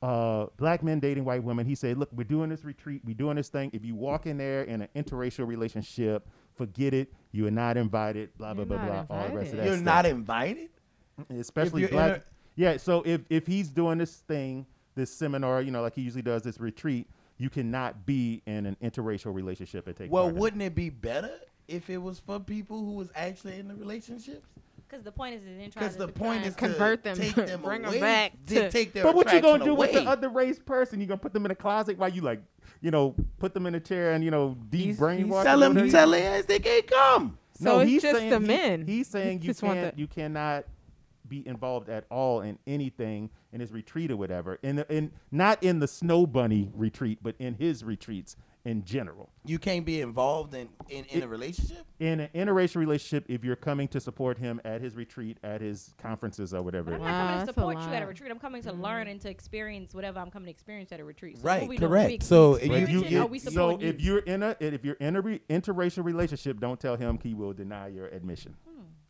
S2: uh, black men dating white women. He said, "Look, we're doing this retreat. We're doing this thing. If you walk in there in an interracial relationship, forget it. You are not invited. Blah blah
S4: You're
S2: blah blah.
S4: not
S2: All the rest of that.
S4: invited.
S3: You're
S2: stuff
S3: not invited.
S2: especially
S3: you're
S2: black.
S3: inter-
S2: yeah, so if if he's doing this thing, this seminar, you know, like he usually does, this retreat, you cannot be in an interracial relationship and take
S3: Well,
S2: part in it.
S3: wouldn't it be better if it was for people who was actually in the relationships?
S5: Because the point is, it didn't try
S3: Because
S5: to
S3: the point is
S4: Convert
S3: to
S4: them,
S3: take them
S4: (laughs) bring 'em
S3: away,
S4: back
S3: to,
S4: to-
S3: take their
S2: but what you gonna
S3: attraction
S2: do with the
S3: away.
S2: other race person? You gonna put them in a closet while you like, you know, put them in a chair and you know, deep
S6: He's-
S2: brainwash.
S6: he's-
S3: Tell
S2: them
S3: them,
S2: to-
S3: tell them they can't come.
S4: So it's
S2: he's
S4: just
S2: saying
S4: the
S2: he-
S4: men.
S2: he's saying you
S4: Just want
S2: can't,
S4: the-
S2: you cannot be involved at all in anything in his retreat or whatever, in the, in not in the snow bunny retreat, but in his retreats in general.
S3: You can't be involved in in, in a relationship.
S2: in an interracial relationship if you're coming to support him at his retreat, at his conferences, or whatever.
S5: But I'm
S2: it
S5: not
S2: is.
S4: Wow,
S5: coming to
S4: that's a
S5: support you at
S4: lot.
S5: a retreat. I'm coming to learn and to experience whatever I'm coming to experience at a retreat. So what
S3: Mm. Right,
S5: we doing?
S3: correct.
S5: We
S3: So
S5: experiencing
S3: you-
S5: it,
S3: you-
S5: or
S3: you-
S5: we
S2: so
S5: supporting
S2: if
S5: you?
S2: you're in a if you're in a re- interracial relationship, don't tell him he will deny your admission.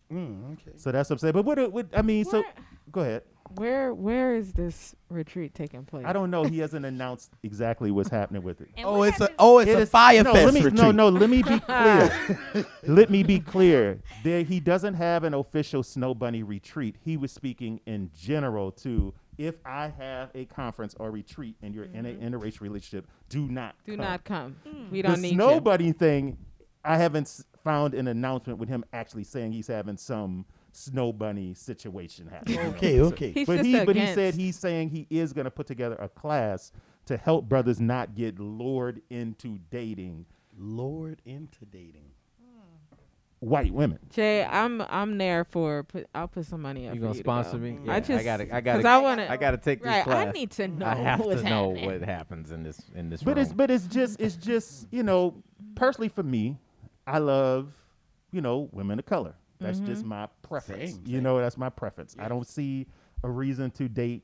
S3: Hmm, okay.
S2: So that's what I'm saying. But what, it- what I mean, so
S4: Where-
S2: go ahead.
S4: Where where is this retreat taking place?
S2: I don't know. He hasn't announced exactly what's happening with it.
S5: And
S3: Oh,
S5: what
S3: it's a
S5: happens-
S3: oh, it's
S2: It
S3: a
S2: is-
S3: fire
S2: no,
S3: fest
S2: let me,
S3: retreat.
S2: No, no, let me be clear. let me be clear. There, he doesn't have an official Snow Bunny retreat. He was speaking in general to if I have a conference or retreat and you're in an interracial relationship, do not
S4: Do
S2: come.
S4: not come. We
S2: The
S4: don't need
S2: Snow
S4: you.
S2: Bunny thing, I haven't s- found an announcement with him actually saying he's having some Snow Bunny situation happening.
S3: (laughs) Okay, okay.
S4: He's
S2: but
S4: just
S2: he but he said
S4: against.
S2: he's saying he is going to put together a class to help brothers not get lured into dating
S3: Lord into dating.
S2: white women.
S4: Jay, I'm I'm there for. Put, I'll put some money up.
S6: you
S4: for
S6: gonna
S4: you to
S6: sponsor
S4: go.
S6: me?
S4: I just
S6: I
S4: (laughs)
S6: gotta. I gotta.
S4: I wanna-
S6: I gotta take this
S4: Right,
S6: class.
S4: I need to know.
S6: I have
S4: what's
S6: to know
S4: happening.
S6: what happens in this in this
S2: But
S6: room.
S2: it's but it's just it's just you know personally for me, I love you know women of color. That's just my preference.
S3: Same,
S2: You know that's my preference. I don't see a reason to date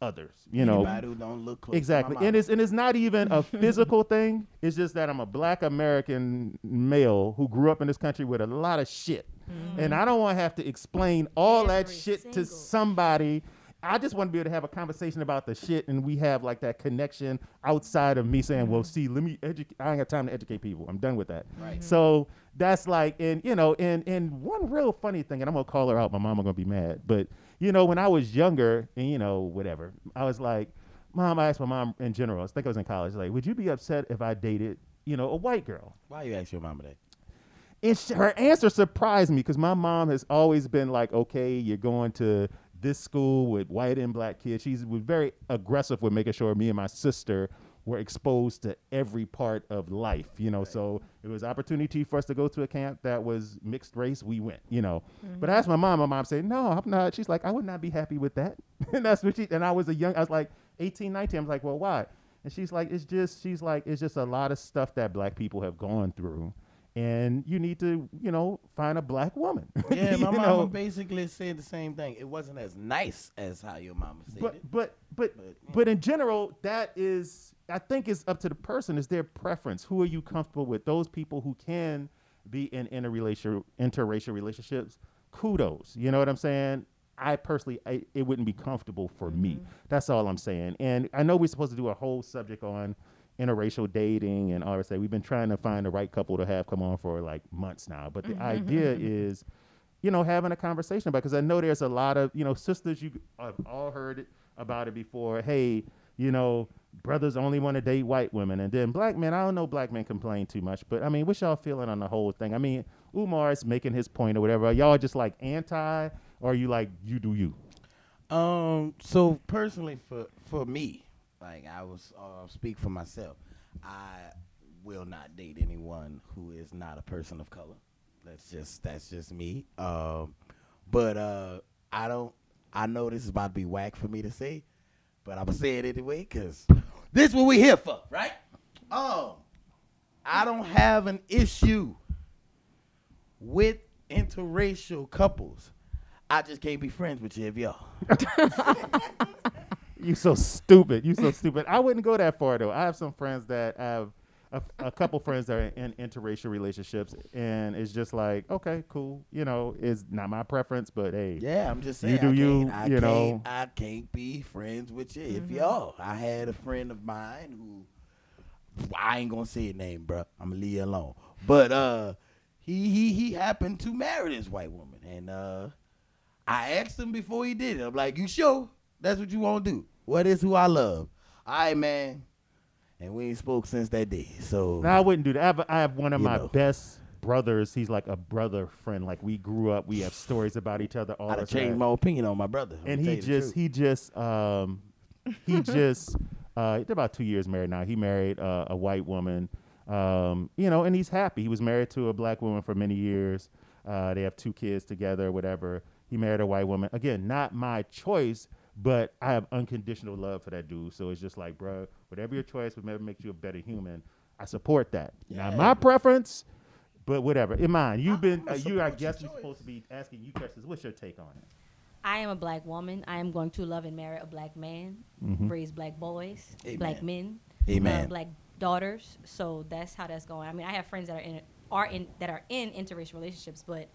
S2: others. You know
S3: Anybody who don't look close
S2: exactly,
S3: To my
S2: and
S3: mama.
S2: it's and it's not even
S3: (laughs)
S2: a physical thing. It's just that I'm a black American male who grew up in this country with a lot of shit,
S3: Mm-hmm.
S2: and I don't want to have to explain all that
S5: Every
S2: shit to
S5: single-
S2: somebody. I just want to be able to have a conversation about the shit, and we have like that connection outside of me saying, "Well, see, let me educate. I ain't got time to educate people. I'm done with that."
S3: Mm-hmm. Right.
S2: So that's like, and you know, and and one real funny thing, and I'm gonna call her out. My mama gonna be mad, but you know, when I was younger, and you know, whatever, I was like, "Mom," I asked my mom in general. I think I was in college. Like, would you be upset if I dated, you know, a white girl?
S3: Why you ask your mama that?
S2: And sh her answer surprised me because my mom has always been like, okay, you're going to this school with white and black kids. She was very aggressive with making sure me and my sister were exposed to every part of life, you know. So it was opportunity for us to go to a camp that was mixed race. We went, you know. But I asked my mom. My mom said, "No, I'm not." She's like, "I would not be happy with that." (laughs) and that's what she. And I was a young. I was like 18, 19. I was like, "Well, why?" And she's like, "It's just." She's like, "It's just a lot of stuff that Black people have gone through." And you need to, you know, find a black woman. (laughs)
S3: (laughs) Yeah, my
S2: You
S3: mama
S2: know?
S3: basically said the same thing. It wasn't as nice as how your mama said it.
S2: but but but but in general, that is I think it's up to the person. It's their preference. Who are you comfortable with? Those people who can be in interrelational interracial relationships, kudos. You know what I'm saying? I personally, I, it wouldn't be comfortable for me.
S3: Mm-hmm.
S2: That's all I'm saying. And I know we're supposed to do a whole subject on interracial dating and all that. stuff. We've been trying to find the right couple to have come on for like months now. But
S3: Mm-hmm.
S2: the idea is you know, having a conversation about because I know there's a lot of you know sisters you have all heard it, about it before. Hey, you know, brothers only want to date white women, and then black men. I don't know, black men complain too much, but I mean, what's y'all feeling on the whole thing? I mean, Umar is making his point or whatever. Are y'all just like anti, or you like you do you?
S3: Um, so personally, for for me, like I was uh, speak for myself, I will not date anyone who is not a person of color. That's just that's just me. Um, but uh, I don't. I know this is about to be whack for me to say, but I'm gonna say it anyway because this is what we here for, right? Um, I don't have an issue with interracial couples. I just can't be friends with you if y'all.
S2: You so stupid. You so stupid. I wouldn't go that far though. I have some friends that have a, a couple friends that are in interracial relationships, and it's just like, okay, cool. You know, it's not my preference, but hey,
S3: Yeah, I'm just saying.
S2: You do
S3: I
S2: you,
S3: can't, I
S2: you
S3: can't,
S2: know.
S3: I can't be friends with you if y'all. I had a friend of mine who I ain't gonna say his name, bruh. I'm gonna leave it alone. But uh, he he he happened to marry this white woman, and uh, I asked him before he did it. I'm like, you sure that's what you want to do? What is who I love? All right, man. And we ain't spoke since that day. So
S2: No, I wouldn't do that. I have, I have one of
S3: You
S2: my
S3: know.
S2: best brothers. He's like a brother friend. Like we grew up. We have stories about each other all
S3: I
S2: the
S3: done
S2: time.
S3: changed my opinion on my brother. I'ma
S2: and
S3: tell
S2: he
S3: you the
S2: just
S3: truth.
S2: he just um he just (laughs) uh they're about two years married now. He married uh, a white woman. Um, you know, and he's happy. He was married to a black woman for many years. Uh, they have two kids together, whatever. He married a white woman. Again, not my choice, but I have unconditional love for that dude. So it's just like, bro, whatever your choice, whatever makes you a better human, I support that. Not my preference, but whatever. In mind, you've been, uh, you, I guess, you're supposed to be asking you questions. What's your take on it?
S5: I am a black woman. I am going to love and marry a black man,
S3: Mm-hmm.
S5: raise black boys, black men,
S3: Amen.
S5: uh, black daughters. So that's how that's going. I mean, I have friends that are in are in that are in interracial relationships, but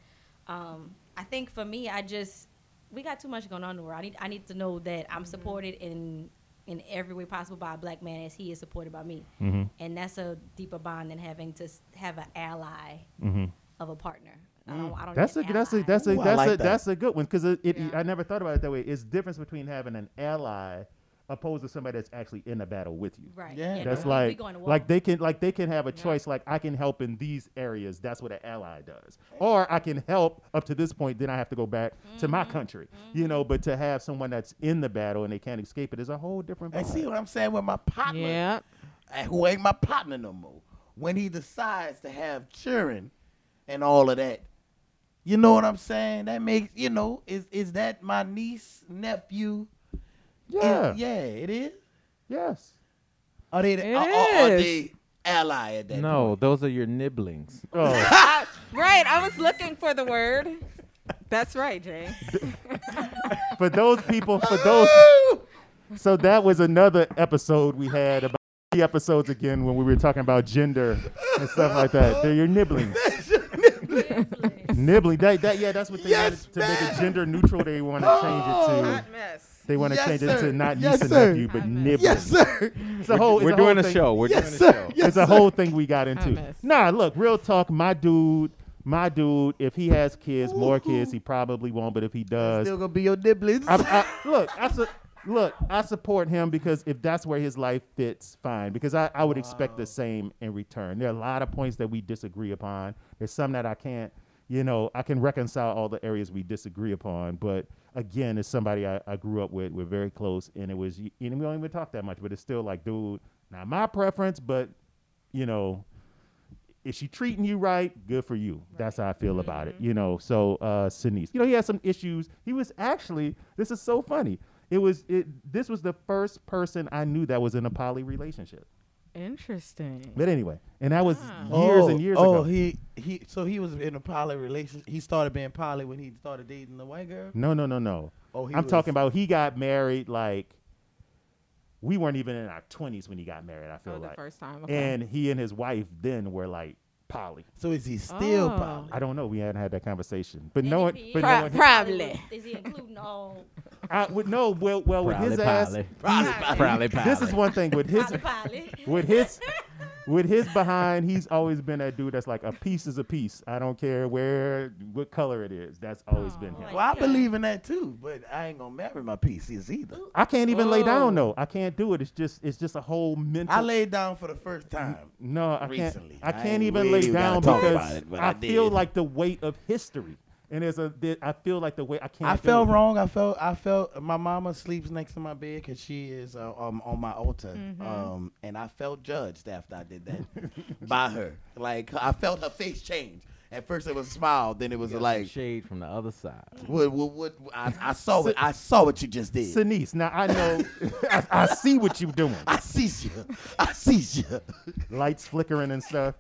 S5: um, I think for me, I just we got too much going on in the world. I need I need to know that I'm
S2: Mm-hmm.
S5: supported in in every way possible by a black man as he is supported by me,
S2: Mm-hmm.
S5: and that's a deeper bond than having to s- have an ally
S3: Mm-hmm.
S5: of a partner. I don't, I don't
S2: That's a
S5: need an
S2: that's a
S5: ally.
S2: that's a
S3: Ooh, I
S2: that's
S3: like
S2: a
S3: that.
S2: that's a good one because it, it
S4: Yeah.
S2: I never thought about it that way. It's difference between having an ally opposed to somebody that's actually in a battle with you.
S5: right.
S3: Yeah.
S5: you
S2: That's
S5: know, we
S2: like
S5: going to war.
S2: like they can like they can have a choice like I can help in these areas. That's what an ally does, or I can help up to this point. Then I have to go back to
S5: Mm-hmm.
S2: my country, you know. But to have someone that's in the battle and they can't escape it is a whole different.
S3: And
S2: vibe.
S3: see what I'm saying with my
S2: (laughs)
S3: partner.
S4: (laughs) Yeah.
S3: and who ain't my partner no more. When he decides to have children and all of that, you know what I'm saying? That makes you know is is that my niece nephew?
S2: yeah,
S3: Is- yeah, it is.
S2: yes.
S3: Are they?
S4: It
S3: are, are- are
S4: is.
S3: they ally at that?
S6: No, those are your nibblings.
S2: Oh,
S4: Right. I was looking for the word. That's
S2: (laughs)
S4: right, Jay.
S2: for those people,
S5: (laughs)
S2: for those. So that was another episode we had about three episodes again when we were talking about gender and stuff like that. They're your nibbling. nibbling. That, that, yeah, that's what they
S3: Yes,
S2: wanted to make it
S3: ma'am. Oh,
S2: gender neutral. They want to change it to.
S4: Hot mess.
S2: They want to
S3: Yes,
S2: change it
S3: sir.
S2: to not
S3: Yes,
S2: niece
S3: sir.
S2: and nephew, but nibbling.
S3: Yes, sir.
S2: It's a whole. it's
S6: We're
S2: a whole
S6: doing a
S2: thing.
S6: show. We're
S3: Yes,
S6: doing
S2: (laughs)
S6: a
S3: sir.
S6: show.
S3: Yes,
S2: it's a whole thing we got into.
S4: mess.
S2: Nah, look, real talk, my dude, my dude. If he has kids, more kids, he probably won't. But if he does,
S3: Still gonna be your nibblings.
S2: I, I, look, I su- look, I support him because if that's where his life fits, fine. Because I, I would expect the same in return. There are a lot of points that we disagree upon. There's some that I can't, you know, I can reconcile all the areas we disagree upon. But again, it's somebody I, I grew up with. We're very close, and it was, and we don't even talk that much. But it's still like, dude, Not my preference, but you know, is she treating you right? Good for you. That's how I feel about it.
S4: Mm-hmm.
S2: You know, so uh Sinise. You know, he had some issues. He was actually this is so funny. It was it this was the first person I knew that was in a poly relationship.
S4: Interesting.
S2: But anyway, and that was
S4: Wow.
S2: years
S3: oh,
S2: and years
S3: oh,
S2: ago.
S3: he he. So he was in a poly relationship. He started being poly when he started dating the white girl.
S2: no, no, no, no.
S3: Oh, he
S2: I'm
S3: was-
S2: talking about he got married like we weren't even in our 20s when he got married, I feel
S4: Oh, the
S2: like.
S4: first time. Okay.
S2: And he and his wife then were like poly.
S3: So is he still
S4: Oh.
S3: poly?
S2: I don't know. We hadn't had that conversation, but
S5: And
S2: no one,
S5: if he
S2: but no
S5: is
S4: Pro-
S2: one,
S5: poly,
S4: Probably.
S5: Is he including all?
S2: I would no. Well, well, with his ass,
S6: probably.
S7: Probably, probably,
S2: this is one thing with his,
S5: Poly, poly.
S2: with his, with his behind. He's always been that dude that's like a piece is a piece. I don't care where, what color it is. That's always been him.
S5: Aw.
S3: Well, I believe in that too, but I ain't gonna marry my pieces either.
S2: I can't even lay down
S4: Whoa.
S2: though. I can't do it. It's just, it's just a whole mental.
S3: I laid down for the first time.
S2: no, I
S3: recently.
S2: can't. I
S3: I
S2: can't
S3: ain't
S2: even
S3: really
S2: lay
S3: gotta
S2: down
S3: talk
S2: because
S3: about it, but
S2: I,
S3: I
S2: feel
S3: did.
S2: like the weight of history, and there's a. there- I feel like the weight. I can't.
S3: I
S2: do
S3: felt
S2: it.
S3: wrong. I felt I felt my mama sleeps next to my bed because she is uh, um, on my altar,
S4: Mm-hmm.
S3: um, and I felt judged after I did (laughs) that by her. Like I felt her face change. At first it was a smile, then it was like,
S6: shade from the other side.
S3: what, what, what, I, I saw it. I saw what you just did.
S2: Sinise. Now I know. (laughs) I, I see what you're doing.
S3: I sees you. I sees you.
S2: lights flickering and stuff.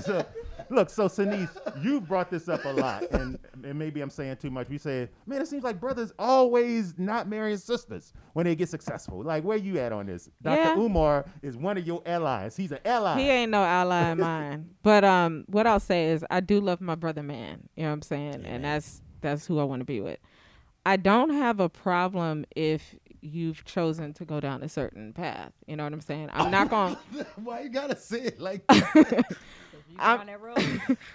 S2: (laughs) so, look, so Sinise, you brought this up a lot, and, and maybe I'm saying too much. We say, man, it seems like brothers always not marrying sisters when they get successful. Like, where you at on this? Dr.
S4: Yeah.
S2: Umar is one of your allies. He's an ally.
S4: He ain't no ally of mine. But um, what I'll say is I do love my brother man. You know what I'm saying? And that's that's who I want to be with. I don't have a problem if you've chosen to go down a certain path. You know what I'm saying? I'm not going (laughs) to
S3: (laughs) Why you gotta say it like that?
S5: On that road.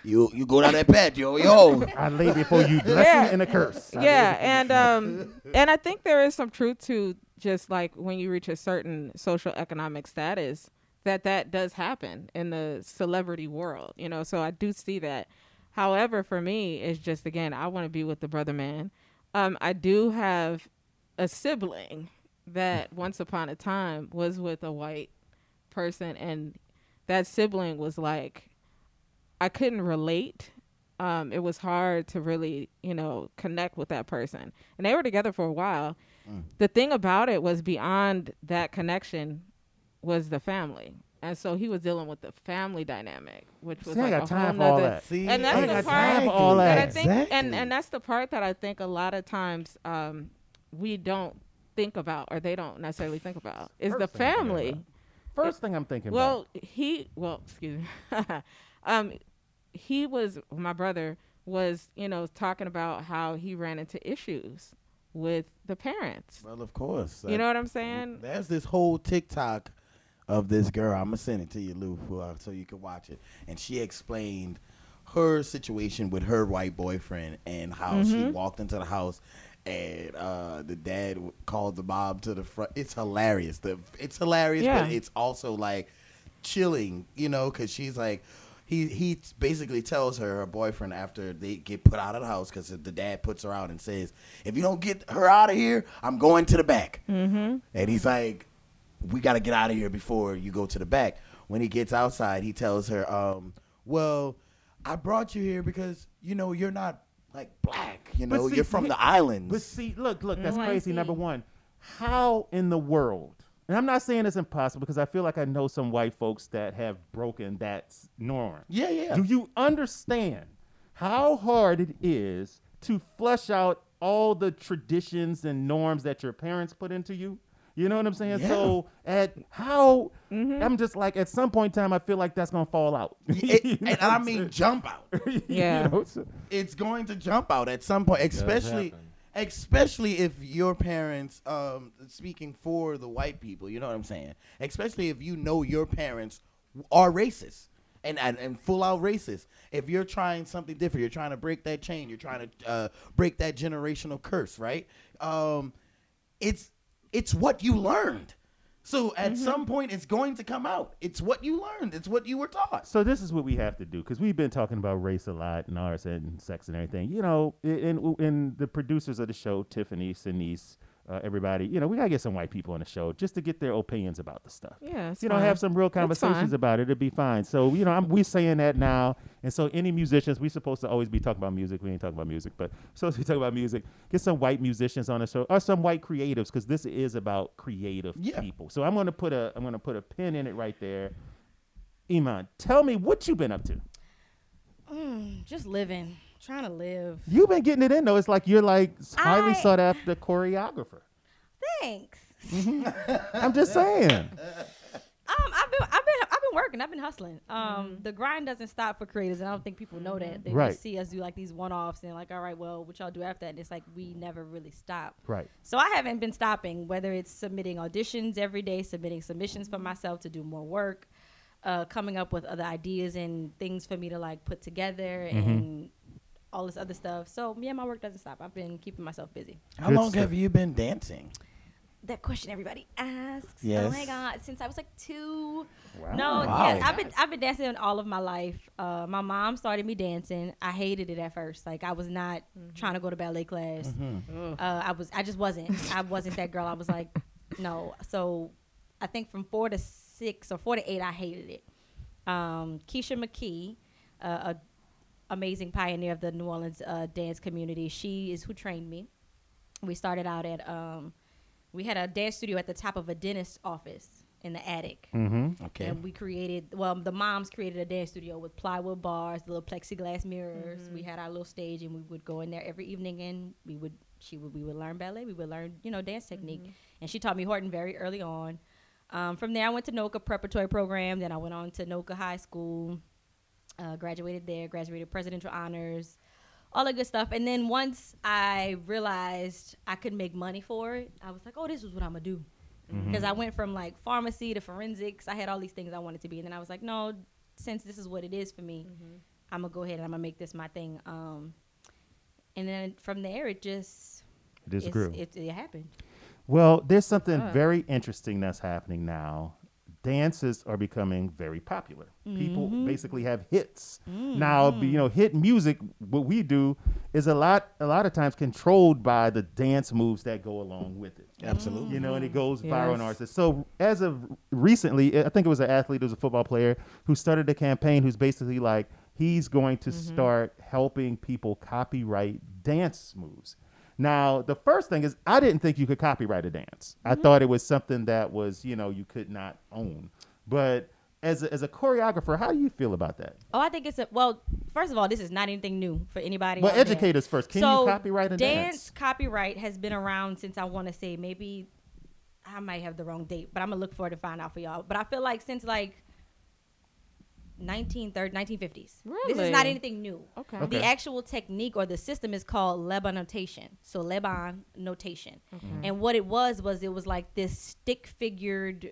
S7: You you go down that path, yo, yo.
S2: I lay before you blessing
S4: Yeah.
S2: and a curse. I
S4: yeah and um and i think there is some truth to just like when you reach a certain social economic status that that does happen in the celebrity world you know so i do see that however for me it's just again i want to be with the brother man um i do have a sibling that once upon a time was with a white person and that sibling was like I couldn't relate. Um, it was hard to really, you know, connect with that person. And they were together for a while.
S2: Mm.
S4: The thing about it was beyond that connection was the family. And so he was dealing with the family dynamic, which was
S2: See, I
S4: like
S2: ain't
S4: a
S2: got
S4: whole
S2: time for all
S4: nother-
S2: that.
S3: See,
S4: And that's
S3: I
S4: the
S3: got
S4: part-
S3: time for
S2: all
S4: and I
S2: that.
S4: think and,
S3: Exactly.
S4: and that's the part that I think a lot of times um, we don't think about or they don't necessarily think about is the
S2: First thing I'm thinking
S4: family.
S2: about. First thing I'm thinking
S4: Well,
S2: about.
S4: he well, excuse me. (laughs) um, he was my brother was you know talking about how he ran into issues with the parents.
S3: Well, of course.
S4: You know what I'm saying?
S3: There's this whole TikTok of this girl. I'm gonna send it to you, Lou, who, uh, so you can watch it. And she explained her situation with her white boyfriend and how she walked into the house. And uh, the dad w- called the mom to the front. It's hilarious. The it's hilarious,
S4: Yeah.
S3: but it's also like chilling, you know, because she's like, he he basically tells her her boyfriend after they get put out of the house because the dad puts her out and says, if you don't get her out of here, I'm going to the back.
S2: Mm-hmm.
S3: And he's like, "We got to get out of here before you go to the back." When he gets outside, he tells her, um, "Well, I brought you here because you know you're not like black. You
S2: But
S3: know,
S2: see,
S3: you're from
S2: he-
S3: the islands."
S2: But see, look, look, that's
S5: Mm, I
S2: crazy.
S5: see.
S2: Number one, how in the world? And I'm not saying it's impossible because I feel like I know some white folks that have broken that s- norm.
S3: yeah, yeah.
S2: Do you understand how hard it is to flush out all the traditions and norms that your parents put into you? You know what I'm saying?
S3: Yeah.
S2: So at how
S5: Mm-hmm.
S2: I'm just like at some point in time I feel like that's gonna fall out. (laughs)
S3: It-
S2: You know
S3: and I
S2: what I'm (laughs)
S3: mean,
S2: saying?
S3: jump out.
S4: Yeah.
S2: You know, so-
S3: it's going to jump out at some point, especially
S6: happen.
S3: especially if your parents um speaking for the white people, you know what I'm saying? Especially if you know your parents are racist. And, and, and full out racist. If you're trying something different, you're trying to break that chain, you're trying to uh, break that generational curse, right? Um, it's it's what you learned. So at some point, it's going to come out. It's what you learned. It's what you were taught.
S2: So this is what we have to do because we've been talking about race a lot and ours and sex and everything. You know, and and the producers of the show, Tiffany, Sinise, uh, everybody. You know, we gotta get some white people on the show just to get their opinions about the stuff.
S4: Yeah, it's
S2: you know,
S4: fine.
S2: have some real
S4: That's fine.
S2: conversations about it. It'd be fine. So you know, I'm, we're saying that now, and so any musicians, we're supposed to always be talking about music. We ain't talking about music, but (laughs) supposed to be talking about music. Get some white musicians on the show, or some white creatives, because this is about creative
S8: Yeah.
S2: people. So I'm gonna put a I'm gonna put a pin in it right there. Iman, tell me what you've been up to.
S5: Mm, just living, trying to live.
S2: You've been getting it in though. It's like you're like highly
S5: I-
S2: sought after choreographer.
S5: Thanks.
S2: I'm just saying.
S4: Uh,
S5: Um, I've been, I've been, I've been working. I've been hustling. Um, the grind doesn't stop for creators, and I don't think people know that. They just
S2: Right.
S5: see us do like these one-offs and like, all right, well, what y'all do after that? And it's like we never really stop.
S2: Right.
S5: So I haven't been stopping, whether it's submitting auditions every day, submitting submissions for myself to do more work, uh, coming up with other ideas and things for me to like put together and all this other stuff. So yeah, my work doesn't stop. I've been keeping myself busy.
S8: How
S2: Good
S8: long
S2: stuff.
S8: have you been dancing?
S5: That question everybody asks. Oh my
S8: Yes.
S5: god, since I was like two.
S2: Wow.
S5: No,
S8: Wow.
S5: yeah, I've been I've been dancing all of my life. Uh, my mom started me dancing. I hated it at first. Like I was not trying to go to ballet class.
S8: Mm-hmm.
S5: Uh, I was I just wasn't. I wasn't that girl. I was like, no. So I think from four to six or four to eight, I hated it. Um, Keisha McKee, uh, a amazing pioneer of the New Orleans uh, dance community. She is who trained me. We started out at um, we had a dance studio at the top of a dentist's office in the attic.
S2: Mm-hmm.
S8: Okay.
S5: And we created, well, the moms created a dance studio with plywood bars, little plexiglass mirrors. We had our little stage, and we would go in there every evening, and we would, she would, we would learn ballet, we would learn, you know, dance technique. And she taught me Horton very early on. Um, from there, I went to Noka preparatory program. Then I went on to Noka High School, uh, graduated there, graduated presidential honors, all that good stuff. And then once I realized I could make money for it, I was like, oh, this is what I'm gonna do
S2: Mm-hmm.
S5: because I went from like pharmacy to forensics. I had all these things I wanted to be, and then I was like, no, since this is what it is for me,
S2: Mm-hmm.
S5: I'm gonna go ahead and I'm gonna make this my thing. Um, and then from there, it just
S2: This
S5: it's-
S2: grew.
S5: It, it happened.
S2: Well, there's something very interesting that's happening now. Dances are becoming very popular. People basically have hits now. b- You know, hit music. What we do is a lot, a lot of times controlled by the dance moves that go along with it.
S8: Absolutely.
S2: You know, and it goes viral
S4: Yes.
S2: in our system. So as of recently, I think it was an athlete, it was a football player who started a campaign who's basically like he's going to start helping people copyright dance moves. Now, the first thing is I didn't think you could copyright a dance. I thought it was something that was, you know, you could not own. But as a, as a choreographer, how do you feel about that?
S5: Oh, I think it's a well. First of all, this is not anything new for anybody.
S2: Well,
S5: out there.
S2: educate us first. Can you copyright a dance?
S5: copyright has been around since I want to say maybe I might have the wrong date, but I'm gonna look for it to find out for y'all. But I feel like since like 1930s, 1950s. This is not
S4: Really?
S5: anything new.
S4: Okay.
S2: Okay.
S5: The actual technique or the system is called Leban notation. So Leban notation. And what it was was it was like this stick figured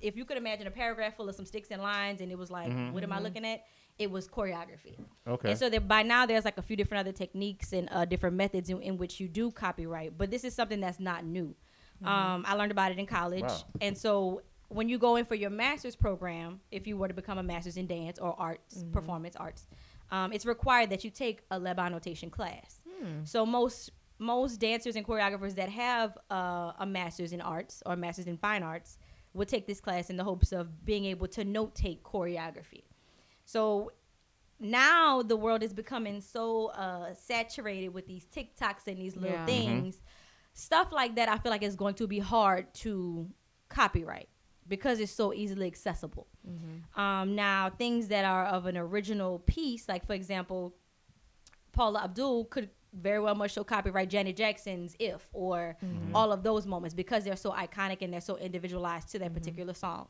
S5: if you could imagine a paragraph full of some sticks and lines and it was like what am I looking at? It was choreography.
S2: Okay.
S5: And so that by now there's like a few different other techniques and uh, different methods in, in which you do copyright, but this is something that's not new. Um, I learned about it in college,
S2: Mm-hmm. Wow.
S5: and so when you go in for your master's program, if you were to become a master's in dance or arts,
S2: Mm-hmm.
S5: performance arts, um, it's required that you take a Leban notation class.
S2: Hmm.
S5: So most most dancers and choreographers that have uh, a master's in arts or a master's in fine arts would take this class in the hopes of being able to note take choreography. So now the world is becoming so uh, saturated with these TikToks and these little
S4: Yeah. Mhm.
S5: things. Stuff like that, I feel like it's going to be hard to copyright because it's so easily accessible. Um, now, things that are of an original piece, like for example, Paula Abdul could very well much so copyright Janet Jackson's "If" or all of those moments because they're so iconic and they're so individualized to that particular song.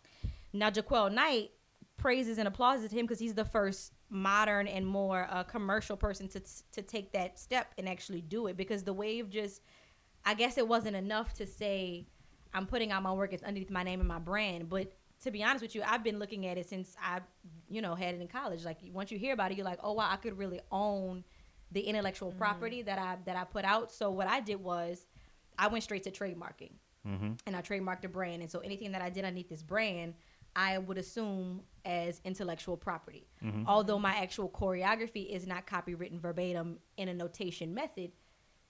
S5: Now, Jaquel Knight praises and applauses him because he's the first modern and more uh, commercial person to to take that step and actually do it because the wave just, I guess it wasn't enough to say I'm putting out my work it's underneath my name and my brand, but to be honest with you, I've been looking at it since I, you know, had it in college. Like once you hear about it, you're like, oh wow, I could really own the intellectual property that I that I put out. So what I did was, I went straight to trademarking, and I trademarked a brand. And so anything that I did underneath this brand, I would assume as intellectual property. Although my actual choreography is not copywritten verbatim in a notation method,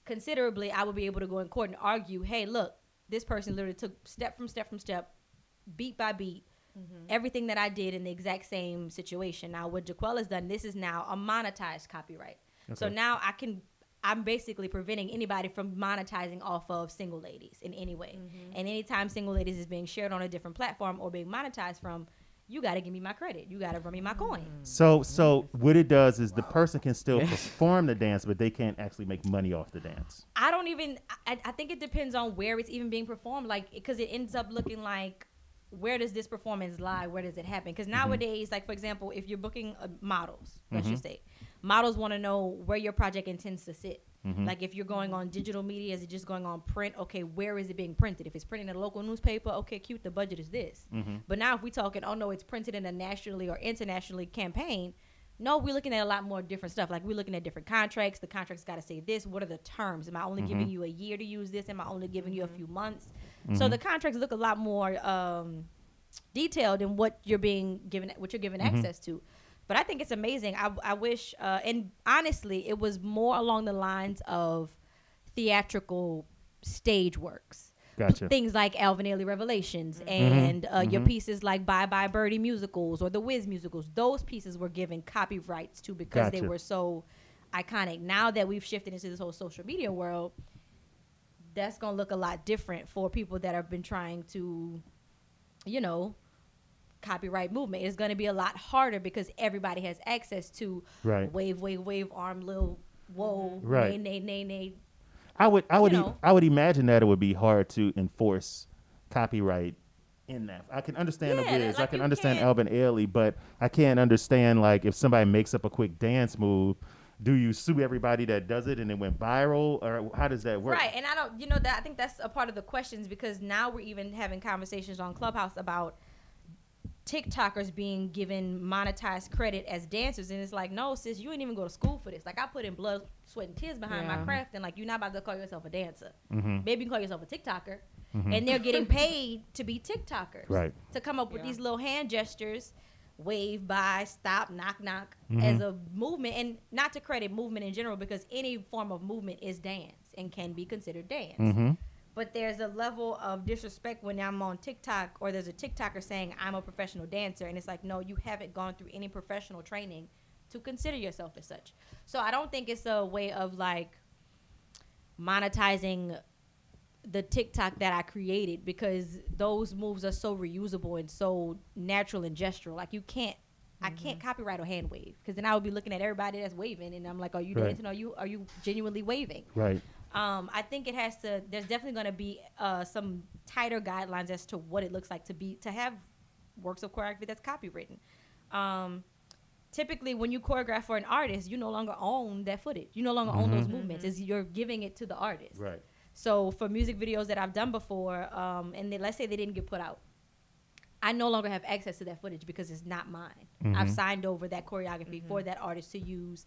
S5: considerably, I would be able to go in court and argue, hey, look, this person literally took step from step from step, beat by beat, everything that I did in the exact same situation. Now, what Jaquel has done, this is now a monetized copyright. So
S2: Okay.
S5: now I can, I'm basically preventing anybody from monetizing off of single ladies in any way. And anytime single ladies is being shared on a different platform or being monetized from, you got to give me my credit. You got to run me my coin.
S2: So, so what it does is the person can still perform the dance, but they can't actually make money off the dance.
S5: I don't even. I, I think it depends on where it's even being performed, like because it ends up looking like where does this performance lie? Where does it happen? Because nowadays, like for example, if you're booking uh, models, let's just say, models want to know where your project intends to sit.
S2: Mm-hmm.
S5: Like if you're going on digital media, is it just going on print? Okay, where is it being printed? If it's printed in a local newspaper, okay, cute. The budget is this. But now if we talking, oh no, it's printed in a nationally or internationally campaign. No, we're looking at a lot more different stuff. Like we're looking at different contracts. The contract's got to say this. What are the terms? Am I only giving you a year to use this? Am I only giving you a few months? So the contracts look a lot more um, detailed in what you're being given, what you're given access to. But I think it's amazing. I, I wish, uh, and honestly, it was more along the lines of theatrical stage works.
S2: Gotcha. Mm-hmm.
S5: Things like Alvin Ailey Revelations and uh, your pieces like Bye Bye Birdie musicals or the Wiz musicals. Those pieces were given copyrights to because they
S2: Gotcha.
S5: were so iconic. Now that we've shifted into this whole social media world, that's gonna look a lot different for people that have been trying to, you know, copyright movement. It's gonna be a lot harder because everybody has access to
S2: Right.
S5: wave, wave, wave, arm, lil, whoa,
S2: Right.
S5: nay, nay, nay, nay.
S2: I would, I would,
S5: You
S2: e-
S5: know.
S2: I would imagine that it would be hard to enforce copyright in that. I can understand
S5: Yeah,
S2: the
S5: that-
S2: Wiz, I
S5: like,
S2: can
S5: you
S2: understand
S5: can't-
S2: Alvin Ailey, but I can't understand like if somebody makes up a quick dance move, do you sue everybody that does it and it went viral, or how does that work?
S5: Right, and I don't, you know, that I think that's a part of the questions because now we're even having conversations on Clubhouse about TikTokers being given monetized credit as dancers, and it's like, no, sis, you ain't even go to school for this. Like, I put in blood, sweat, and tears behind my
S4: Yeah.
S5: craft, and like, you're not about to call yourself a dancer. Maybe you can call yourself a TikToker, and they're getting paid to be TikTokers,
S2: Right.
S5: To come up with
S4: Yeah.
S5: these little hand gestures, wave, bye, stop, knock, knock, as a movement, and not to credit movement in general because any form of movement is dance and can be considered dance
S2: Mhm.
S5: but there's a level of disrespect when I'm on TikTok or there's a TikToker saying I'm a professional dancer and it's like no you haven't gone through any professional training to consider yourself as such. So I don't think it's a way of like monetizing the TikTok that I created because those moves are so reusable and so natural and gestural. Like you can't I can't copyright or hand wave because then I would be looking at everybody that's waving and I'm like are you
S2: Right.
S5: dancing are you are you genuinely waving?
S2: Right.
S5: um, I think it has to. There's definitely going to be uh, some tighter guidelines as to what it looks like to be to have works of choreography that's copywritten. Um, typically, when you choreograph for an artist, you no longer own that footage. You no longer own those movements. Is you're giving it to the artist.
S2: Right.
S5: So for music videos that I've done before, um, and they, let's say they didn't get put out, I no longer have access to that footage because it's not mine. I've signed over that choreography for that artist to use.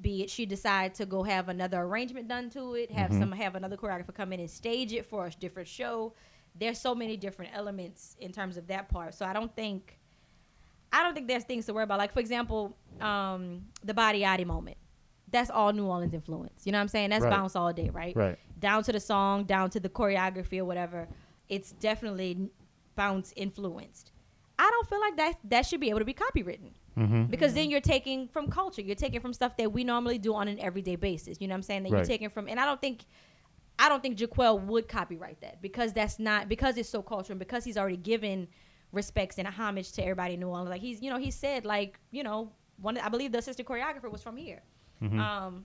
S5: Be it she decide to go have another arrangement done to it, have some have another choreographer come in and stage it for a different show. There's so many different elements in terms of that part. So I don't think I don't think there's things to worry about. Like for example, um, the body yaddy moment. That's all New Orleans influence. You know what I'm saying? That's
S2: Right.
S5: bounce all day, right?
S2: Right.
S5: Down to the song, down to the choreography or whatever. It's definitely bounce influenced. I don't feel like that that should be able to be copywritten.
S2: Mm-hmm.
S5: Because then you're taking from culture. You're taking from stuff that we normally do on an everyday basis. You know what I'm saying? That
S2: Right.
S5: you're taking from and I don't think I don't think Jaquel would copyright that because that's not because it's so cultural and because he's already given respects and a homage to everybody in New Orleans. Like he's you know he said like you know one I believe the assistant choreographer was from here. Um,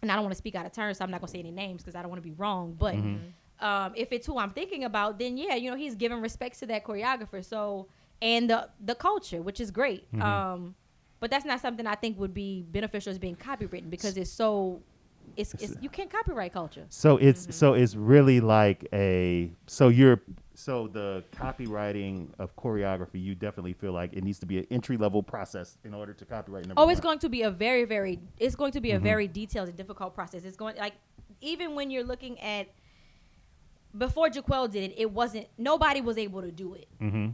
S5: and I don't want to speak out of turn, so I'm not gonna say any names because I don't want to be wrong. But um, if it's who I'm thinking about, then yeah, you know he's giving respects to that choreographer. So and the the culture, which is great. Um, but that's not something I think would be beneficial as being copywritten because it's so. It's, it's you can't copyright culture.
S2: So it's
S5: Mm-hmm.
S2: so it's really like a so you're so the copywriting of choreography you definitely feel like it needs to be an entry level process in order to copyright number
S5: Oh, it's
S2: one.
S5: going to be a very, very. It's going to be a very detailed and difficult process. It's going like even when you're looking at before Jaquel did it, it wasn't nobody was able to do it.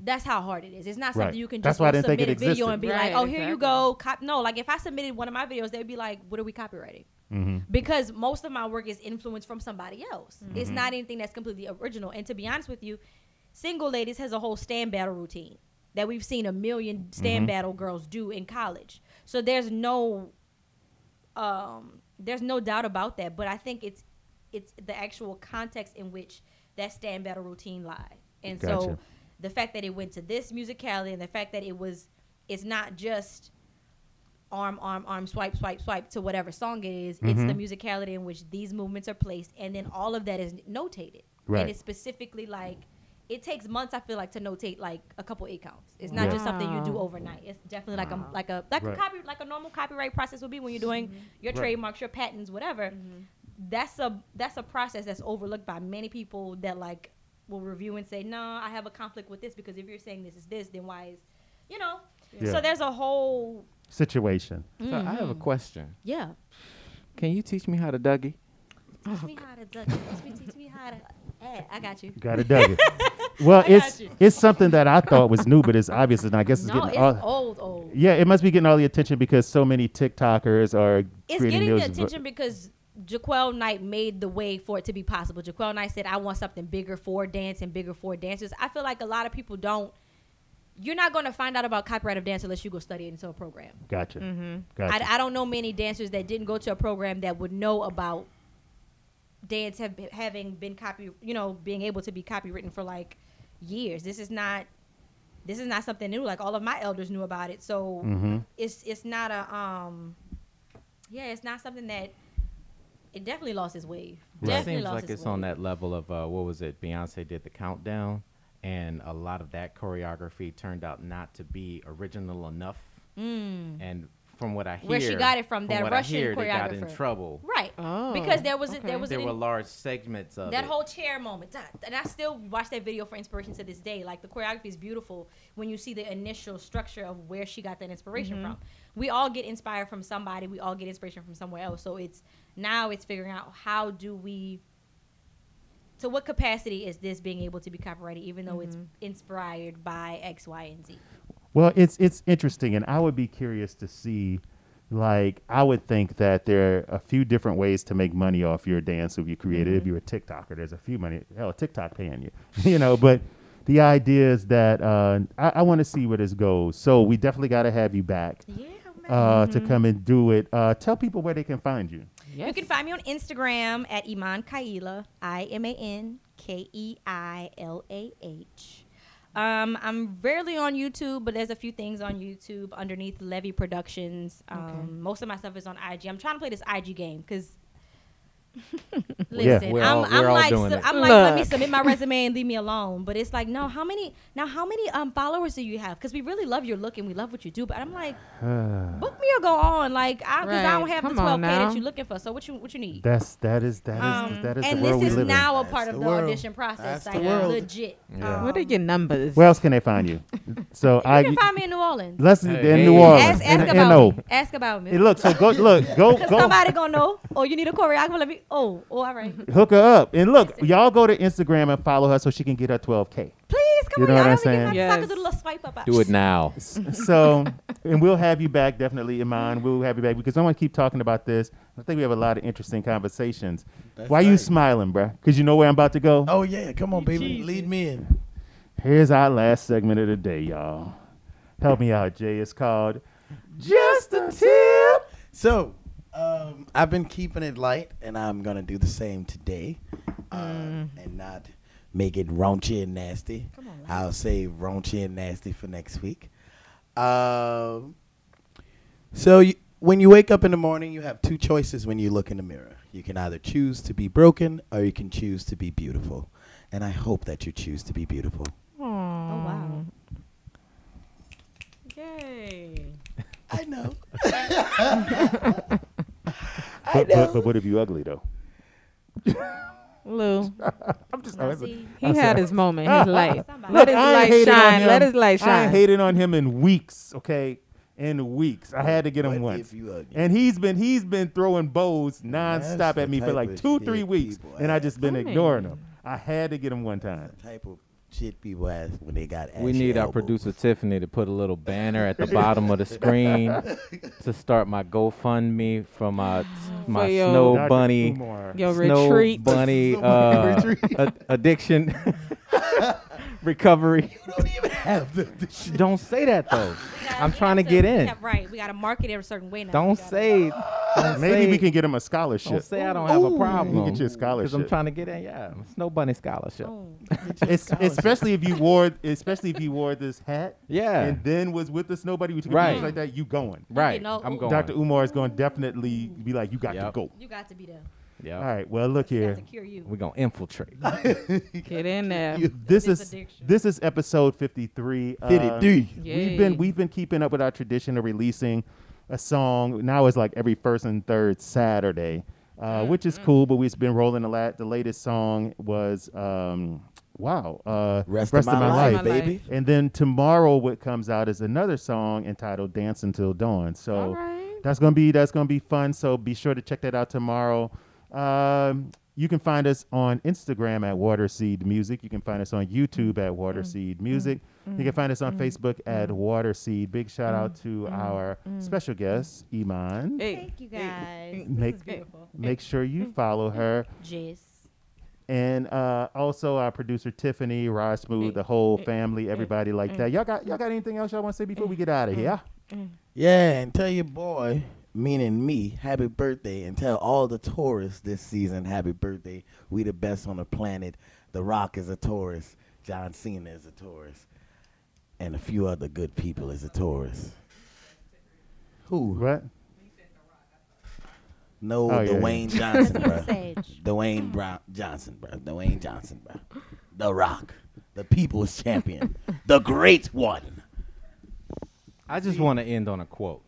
S5: That's how hard it is. It's not something
S2: Mm-hmm. Right.
S5: you can
S2: That's
S5: just
S2: why I
S5: go
S2: didn't think
S5: submit
S2: it
S5: a video
S2: existed.
S5: and be
S4: Right,
S5: like, oh, here you
S4: exactly.
S5: go. Cop- no, like if I submitted one of my videos, they'd be like, what are we copyrighting?
S2: Mm-hmm.
S5: because most of my work is influenced from somebody else. It's not anything that's completely original. And to be honest with you, single ladies has a whole stand battle routine that we've seen a million stand battle girls do in college. So there's no um, there's no doubt about that. But I think it's it's the actual context in which that stand battle routine lie. And
S2: Gotcha.
S5: so the fact that it went to this musicality and the fact that it was it's not just arm arm arm swipe swipe swipe to whatever song it is,
S2: Mm-hmm.
S5: it's the musicality in which these movements are placed and then all of that is notated
S2: Right.
S5: and it's specifically like it takes months i feel like to notate like a couple eight counts it's not just something you do
S4: Wow.
S5: overnight it's definitely like a like a like
S2: Right.
S5: a copy like a normal copyright process would be when you're doing your
S2: Right.
S5: trademarks your patents whatever that's a that's a process that's overlooked by many people that like will review and say no i have a conflict with this because if you're saying this is this then why is you know
S2: Yeah.
S5: so there's a whole
S2: Situation.
S6: So I have a
S5: Mm.
S6: question.
S5: yeah
S6: Can you teach me how to Dougie?
S5: teach
S2: (laughs)
S5: me how to duck it. teach me, teach me how to eh, i got you
S2: Got it,
S5: (laughs)
S2: dug it. Well, it's
S5: you.
S2: it's something that I thought was new, but it's obvious, and I guess it's
S5: no
S2: getting
S5: it's
S2: all.
S5: old old
S2: Yeah, it must be getting all the attention because so many TikTokers are
S5: it's
S2: creating
S5: getting the
S2: those-
S5: attention because Jaquel Knight made the way for it to be possible. Jaquel Knight said, "I want something bigger for dance and bigger for dancers." I feel like a lot of people don't. You're not going to find out about copyright of dance unless you go study it into a program.
S2: Gotcha.
S5: I,
S2: Gotcha.
S5: Mm-hmm. I don't know many dancers that didn't go to a program that would know about dance have, having been copy, you know, being able to be copywritten for like years. This is not this is not something new. Like all of my elders knew about it, so
S2: Hmm. Mm-hmm.
S5: it's it's not a um yeah, it's not something that it definitely lost its wave.
S6: It
S5: Definitely
S6: seems
S5: lost
S6: like it's
S5: its
S6: on
S5: wave.
S6: that level of uh, what was it? Beyonce did the countdown, and a lot of that choreography turned out not to be original enough. Mm. And from what I hear,
S5: Mm-hmm. Where she got it from, that
S6: what I
S5: Russian
S6: hear, they got in
S5: choreographer.
S6: trouble.
S5: Right.
S4: Oh,
S5: because there was a,
S4: okay.
S5: there was
S6: There
S5: an
S6: were large segments of
S5: that
S6: it.
S5: whole chair moment da- and i still watch that video for inspiration to this day like the choreography is beautiful when you see the initial structure of where she got that inspiration from we all get inspired from somebody we all get inspiration from somewhere else so it's now it's figuring out how do we to what capacity is this being able to be copyrighted even though it's inspired by x y and z
S2: Well, it's it's interesting, and I would be curious to see. Like, I would think that there are a few different ways to make money off your dance if you created.
S5: Mm-hmm.
S2: If you're a TikToker, there's a few money. Hell, TikTok paying you, (laughs) you know. But the idea is that uh, I, I want to see where this goes. So we definitely got to have you back
S5: yeah Mm-hmm. man.
S2: uh, to come and do it. Uh, tell people where they can find
S5: (sighs)
S2: you.
S5: You can find me on Instagram at Iman Kaila, I M A N K E I L A H. Um, I'm rarely on YouTube, but there's a few things on YouTube underneath Levy Productions. Um, Most of my stuff is on IG. I'm trying to play this IG game
S4: (laughs)
S5: because. Listen,
S6: we're
S5: I'm,
S6: all-
S5: I'm
S6: we're all
S5: like,
S6: doing
S5: su-
S6: it.
S5: I'm like, let me
S4: Look.
S5: submit my resume and leave me alone. But it's like, no, how many now? How many um followers do you have? Because we really love your look and we love what you do. But I'm like, book me or go on, like, I, because I don't
S4: Right.
S5: have the
S4: Come
S5: 12k
S4: on now.
S5: that you're looking for. So what you what you need?
S2: That's that is that is that is the
S5: Um, and
S2: world
S5: this is
S2: we live
S5: now a
S8: That's
S5: part
S8: the
S5: of the
S8: world.
S5: audition process.
S8: That's the
S5: like
S8: world.
S5: legit. Um,
S6: Yeah.
S4: What are your numbers?
S2: in. Where else can they find
S5: (laughs)
S2: you? So
S5: you
S2: I
S5: can find me in New Orleans.
S2: let's
S6: Hey.
S2: in New Orleans.
S5: Ask, ask
S2: in,
S5: about
S2: NO.
S5: me. Ask about me.
S2: Hey, look, so go look,
S5: (laughs)
S2: go
S5: Cause
S2: go
S5: somebody gonna know. Oh, you need a choreographer. Let me. Oh, oh, all
S2: (laughs)
S5: right.
S2: hook her up. And look, y'all go to Instagram and follow her so she can get her 12k.
S5: Please come
S2: You know what I'm
S5: on. I only get
S2: saying?
S5: my
S4: Yes.
S5: sucker do the little swipe up.
S6: Do it now.
S2: So, and we'll have you back definitely in mind. We'll have you back because I want to keep talking about this. I think we have a lot of interesting conversations. Why you
S8: right.
S2: smiling, bruh? Because you know where I'm about to go.
S8: Oh yeah, come on, baby, lead me in.
S2: Here's our last segment of the day, y'all. Help me out, Jay. It's called Just a Tip.
S8: So, um, I've been keeping it light, and I'm gonna do the same today, uh, and not make it raunchy and nasty. Come on, I'll save raunchy and nasty for next week. Um, so you, when you wake up in the morning, you have two choices when you look in the mirror. You can either choose to be broken, or you can choose to be beautiful. And I hope that you choose to be beautiful.
S5: Oh wow.
S4: Yay.
S8: I (laughs) know. I
S2: But, but,
S8: know.
S2: but what if you ugly though?
S4: Lou,
S2: Oh,
S5: Now, see,
S4: he had his moment, his light.
S5: (laughs) Somebody.
S4: Let
S5: Look,
S4: his
S2: "Ah, I ain't
S4: light
S2: hated on
S4: shine.
S2: him.
S4: Let his light
S2: I ain't
S4: shine.
S2: hated on him in weeks, okay? In weeks. I had to get him
S8: What
S2: once.
S8: if you ugly?
S2: and he's been he's been throwing bows
S8: That's
S2: nonstop
S8: the
S2: at me for
S8: type
S2: like
S8: of
S2: two,
S8: shit
S2: three weeks,
S8: people
S2: and I
S8: ask.
S2: just been
S4: I mean-
S2: ignoring him. I had to get him one time.
S8: type of
S3: shit people ask when they got.
S6: We
S3: ashy
S6: need our
S3: elbows.
S6: producer Tiffany to put a little banner at the bottom of
S5: (laughs)
S6: the screen to start my GoFundMe
S5: (sighs)
S6: for my my
S4: For your-
S6: snow
S2: Dr.
S6: Oh, bunny
S2: Umar.
S4: Your
S6: (laughs) snow
S4: retreat.
S6: bunny uh, ad- (laughs) addiction recovery.
S3: You don't even (laughs) have the. the shit.
S6: (laughs) Don't say that though.
S5: We gotta-
S6: I'm
S5: we
S6: trying
S5: have
S6: to get
S5: we
S6: in.
S5: have- right. We got to market it a certain way now.
S6: Don't
S5: We gotta-
S6: say. don't
S2: Maybe we
S6: say-
S2: can get him a scholarship.
S6: Don't say (laughs) I don't have a problem.
S2: get you a
S6: Because I'm
S2: scholarship.
S6: trying to get in. Yeah, snow bunny scholarship.
S5: Boom.
S2: Es- especially if you wore, especially if you wore this hat.
S6: Yeah.
S2: And then was with the snowbody, we took
S6: Right.
S2: a picture like that. You going?
S6: Right.
S5: know,
S6: I'm
S5: ooh.
S6: going.
S2: Dr. Umar is going to definitely be like, you got
S6: Yep.
S2: to go.
S5: You got to be there.
S6: Yep.
S2: All right. Well, look
S5: We got
S2: here.
S5: to cure you.
S6: We're gonna (laughs) infiltrate.
S4: Get in there.
S2: This
S5: This
S2: is
S5: addiction.
S2: this is episode 53. Uh,
S3: 53.
S2: We've
S4: Yay.
S2: been we've been keeping up with our tradition of releasing a song. Now it's like every first and third Saturday, uh, which is cool. But we've been rolling a lot. The latest song was um, wow, uh,
S3: Rest, of my, life,
S4: Rest of my
S3: baby.
S4: life.
S2: And then tomorrow, what comes out is another song entitled "Dance Until Dawn." So
S4: All right.
S2: that's gonna be that's gonna be fun. So be sure to check that out tomorrow. Um, you can find us on Instagram at Waterseed Music. You can find us on YouTube at
S5: Mm-hmm.
S2: Waterseed Music. You can find us on Facebook at Waterseed. Big shout out to
S5: Mm-hmm.
S2: our special guest Iman.
S4: Hey.
S5: Thank you guys. This
S2: Make
S5: is beautiful. Mm-hmm.
S2: make sure you follow her.
S5: Jizz.
S2: and uh, also our producer Tiffany, Rod Smooth, the whole family, everybody like that. Y'all got y'all got anything else y'all want to say before we get out
S5: Mm-hmm.
S2: of here?
S3: Yeah, and tell your boy, meaning me, happy birthday, and tell all the Taurus this season happy birthday. We the best on the planet. The Rock is a Taurus. John Cena is a Taurus, and a few other good people is a Taurus. Who?
S2: What?
S3: No,
S2: Oh, yeah, yeah.
S3: Dwayne Johnson,
S5: (laughs)
S3: bro.
S5: Sage.
S3: Dwayne Brown Johnson, bro. Dwayne Johnson, bro. The Rock, the People's (laughs) Champion, the Great One.
S6: I just want to end on a quote.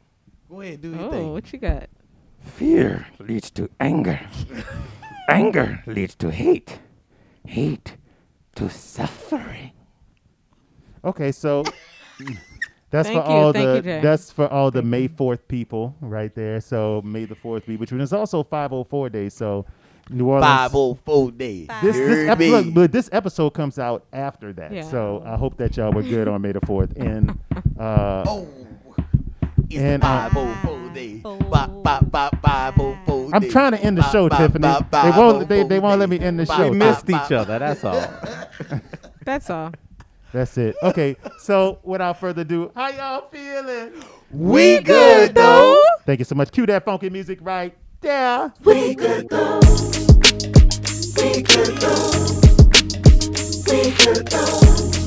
S3: Go ahead, do
S4: Oh, what you got?
S9: Fear leads to anger. anger leads to hate. Hate to suffering.
S2: Okay,
S4: (laughs)
S2: so that's
S4: Thank
S2: for
S4: you,
S2: all
S4: thank
S2: the
S4: you, Jay. Mm-hmm.
S2: that's for all the May Fourth people right there. So May the Fourth be, which is also five hundred four days. So New Orleans.
S3: Five oh four days.
S2: this this
S3: Heard
S2: ep-
S3: me.
S2: look, but this episode comes out after that,
S4: Yeah.
S2: so I hope that y'all were good on May the Fourth.
S4: (laughs)
S2: And uh,
S3: Oh, it's
S2: And,
S3: and,
S2: uh,
S3: five oh four day. Bop, bop, bop, five oh four
S2: I'm
S3: day.
S2: trying to end the
S3: Bop,
S2: show,
S3: bop,
S2: Tiffany. They
S3: bop, bop,
S2: won't-
S3: oh,
S2: they- they
S3: four
S2: won't let
S3: day.
S2: me end the
S3: Bop,
S2: show.
S6: We
S2: We
S3: bop,
S6: missed
S3: bop,
S6: each other. That's (laughs) all.
S4: That's all.
S2: that's it. Okay, so without further ado, how y'all feeling?
S4: (laughs)
S3: We good though.
S2: Thank you so much. Cue that funky music right there.
S1: We could go. We could go. We could go.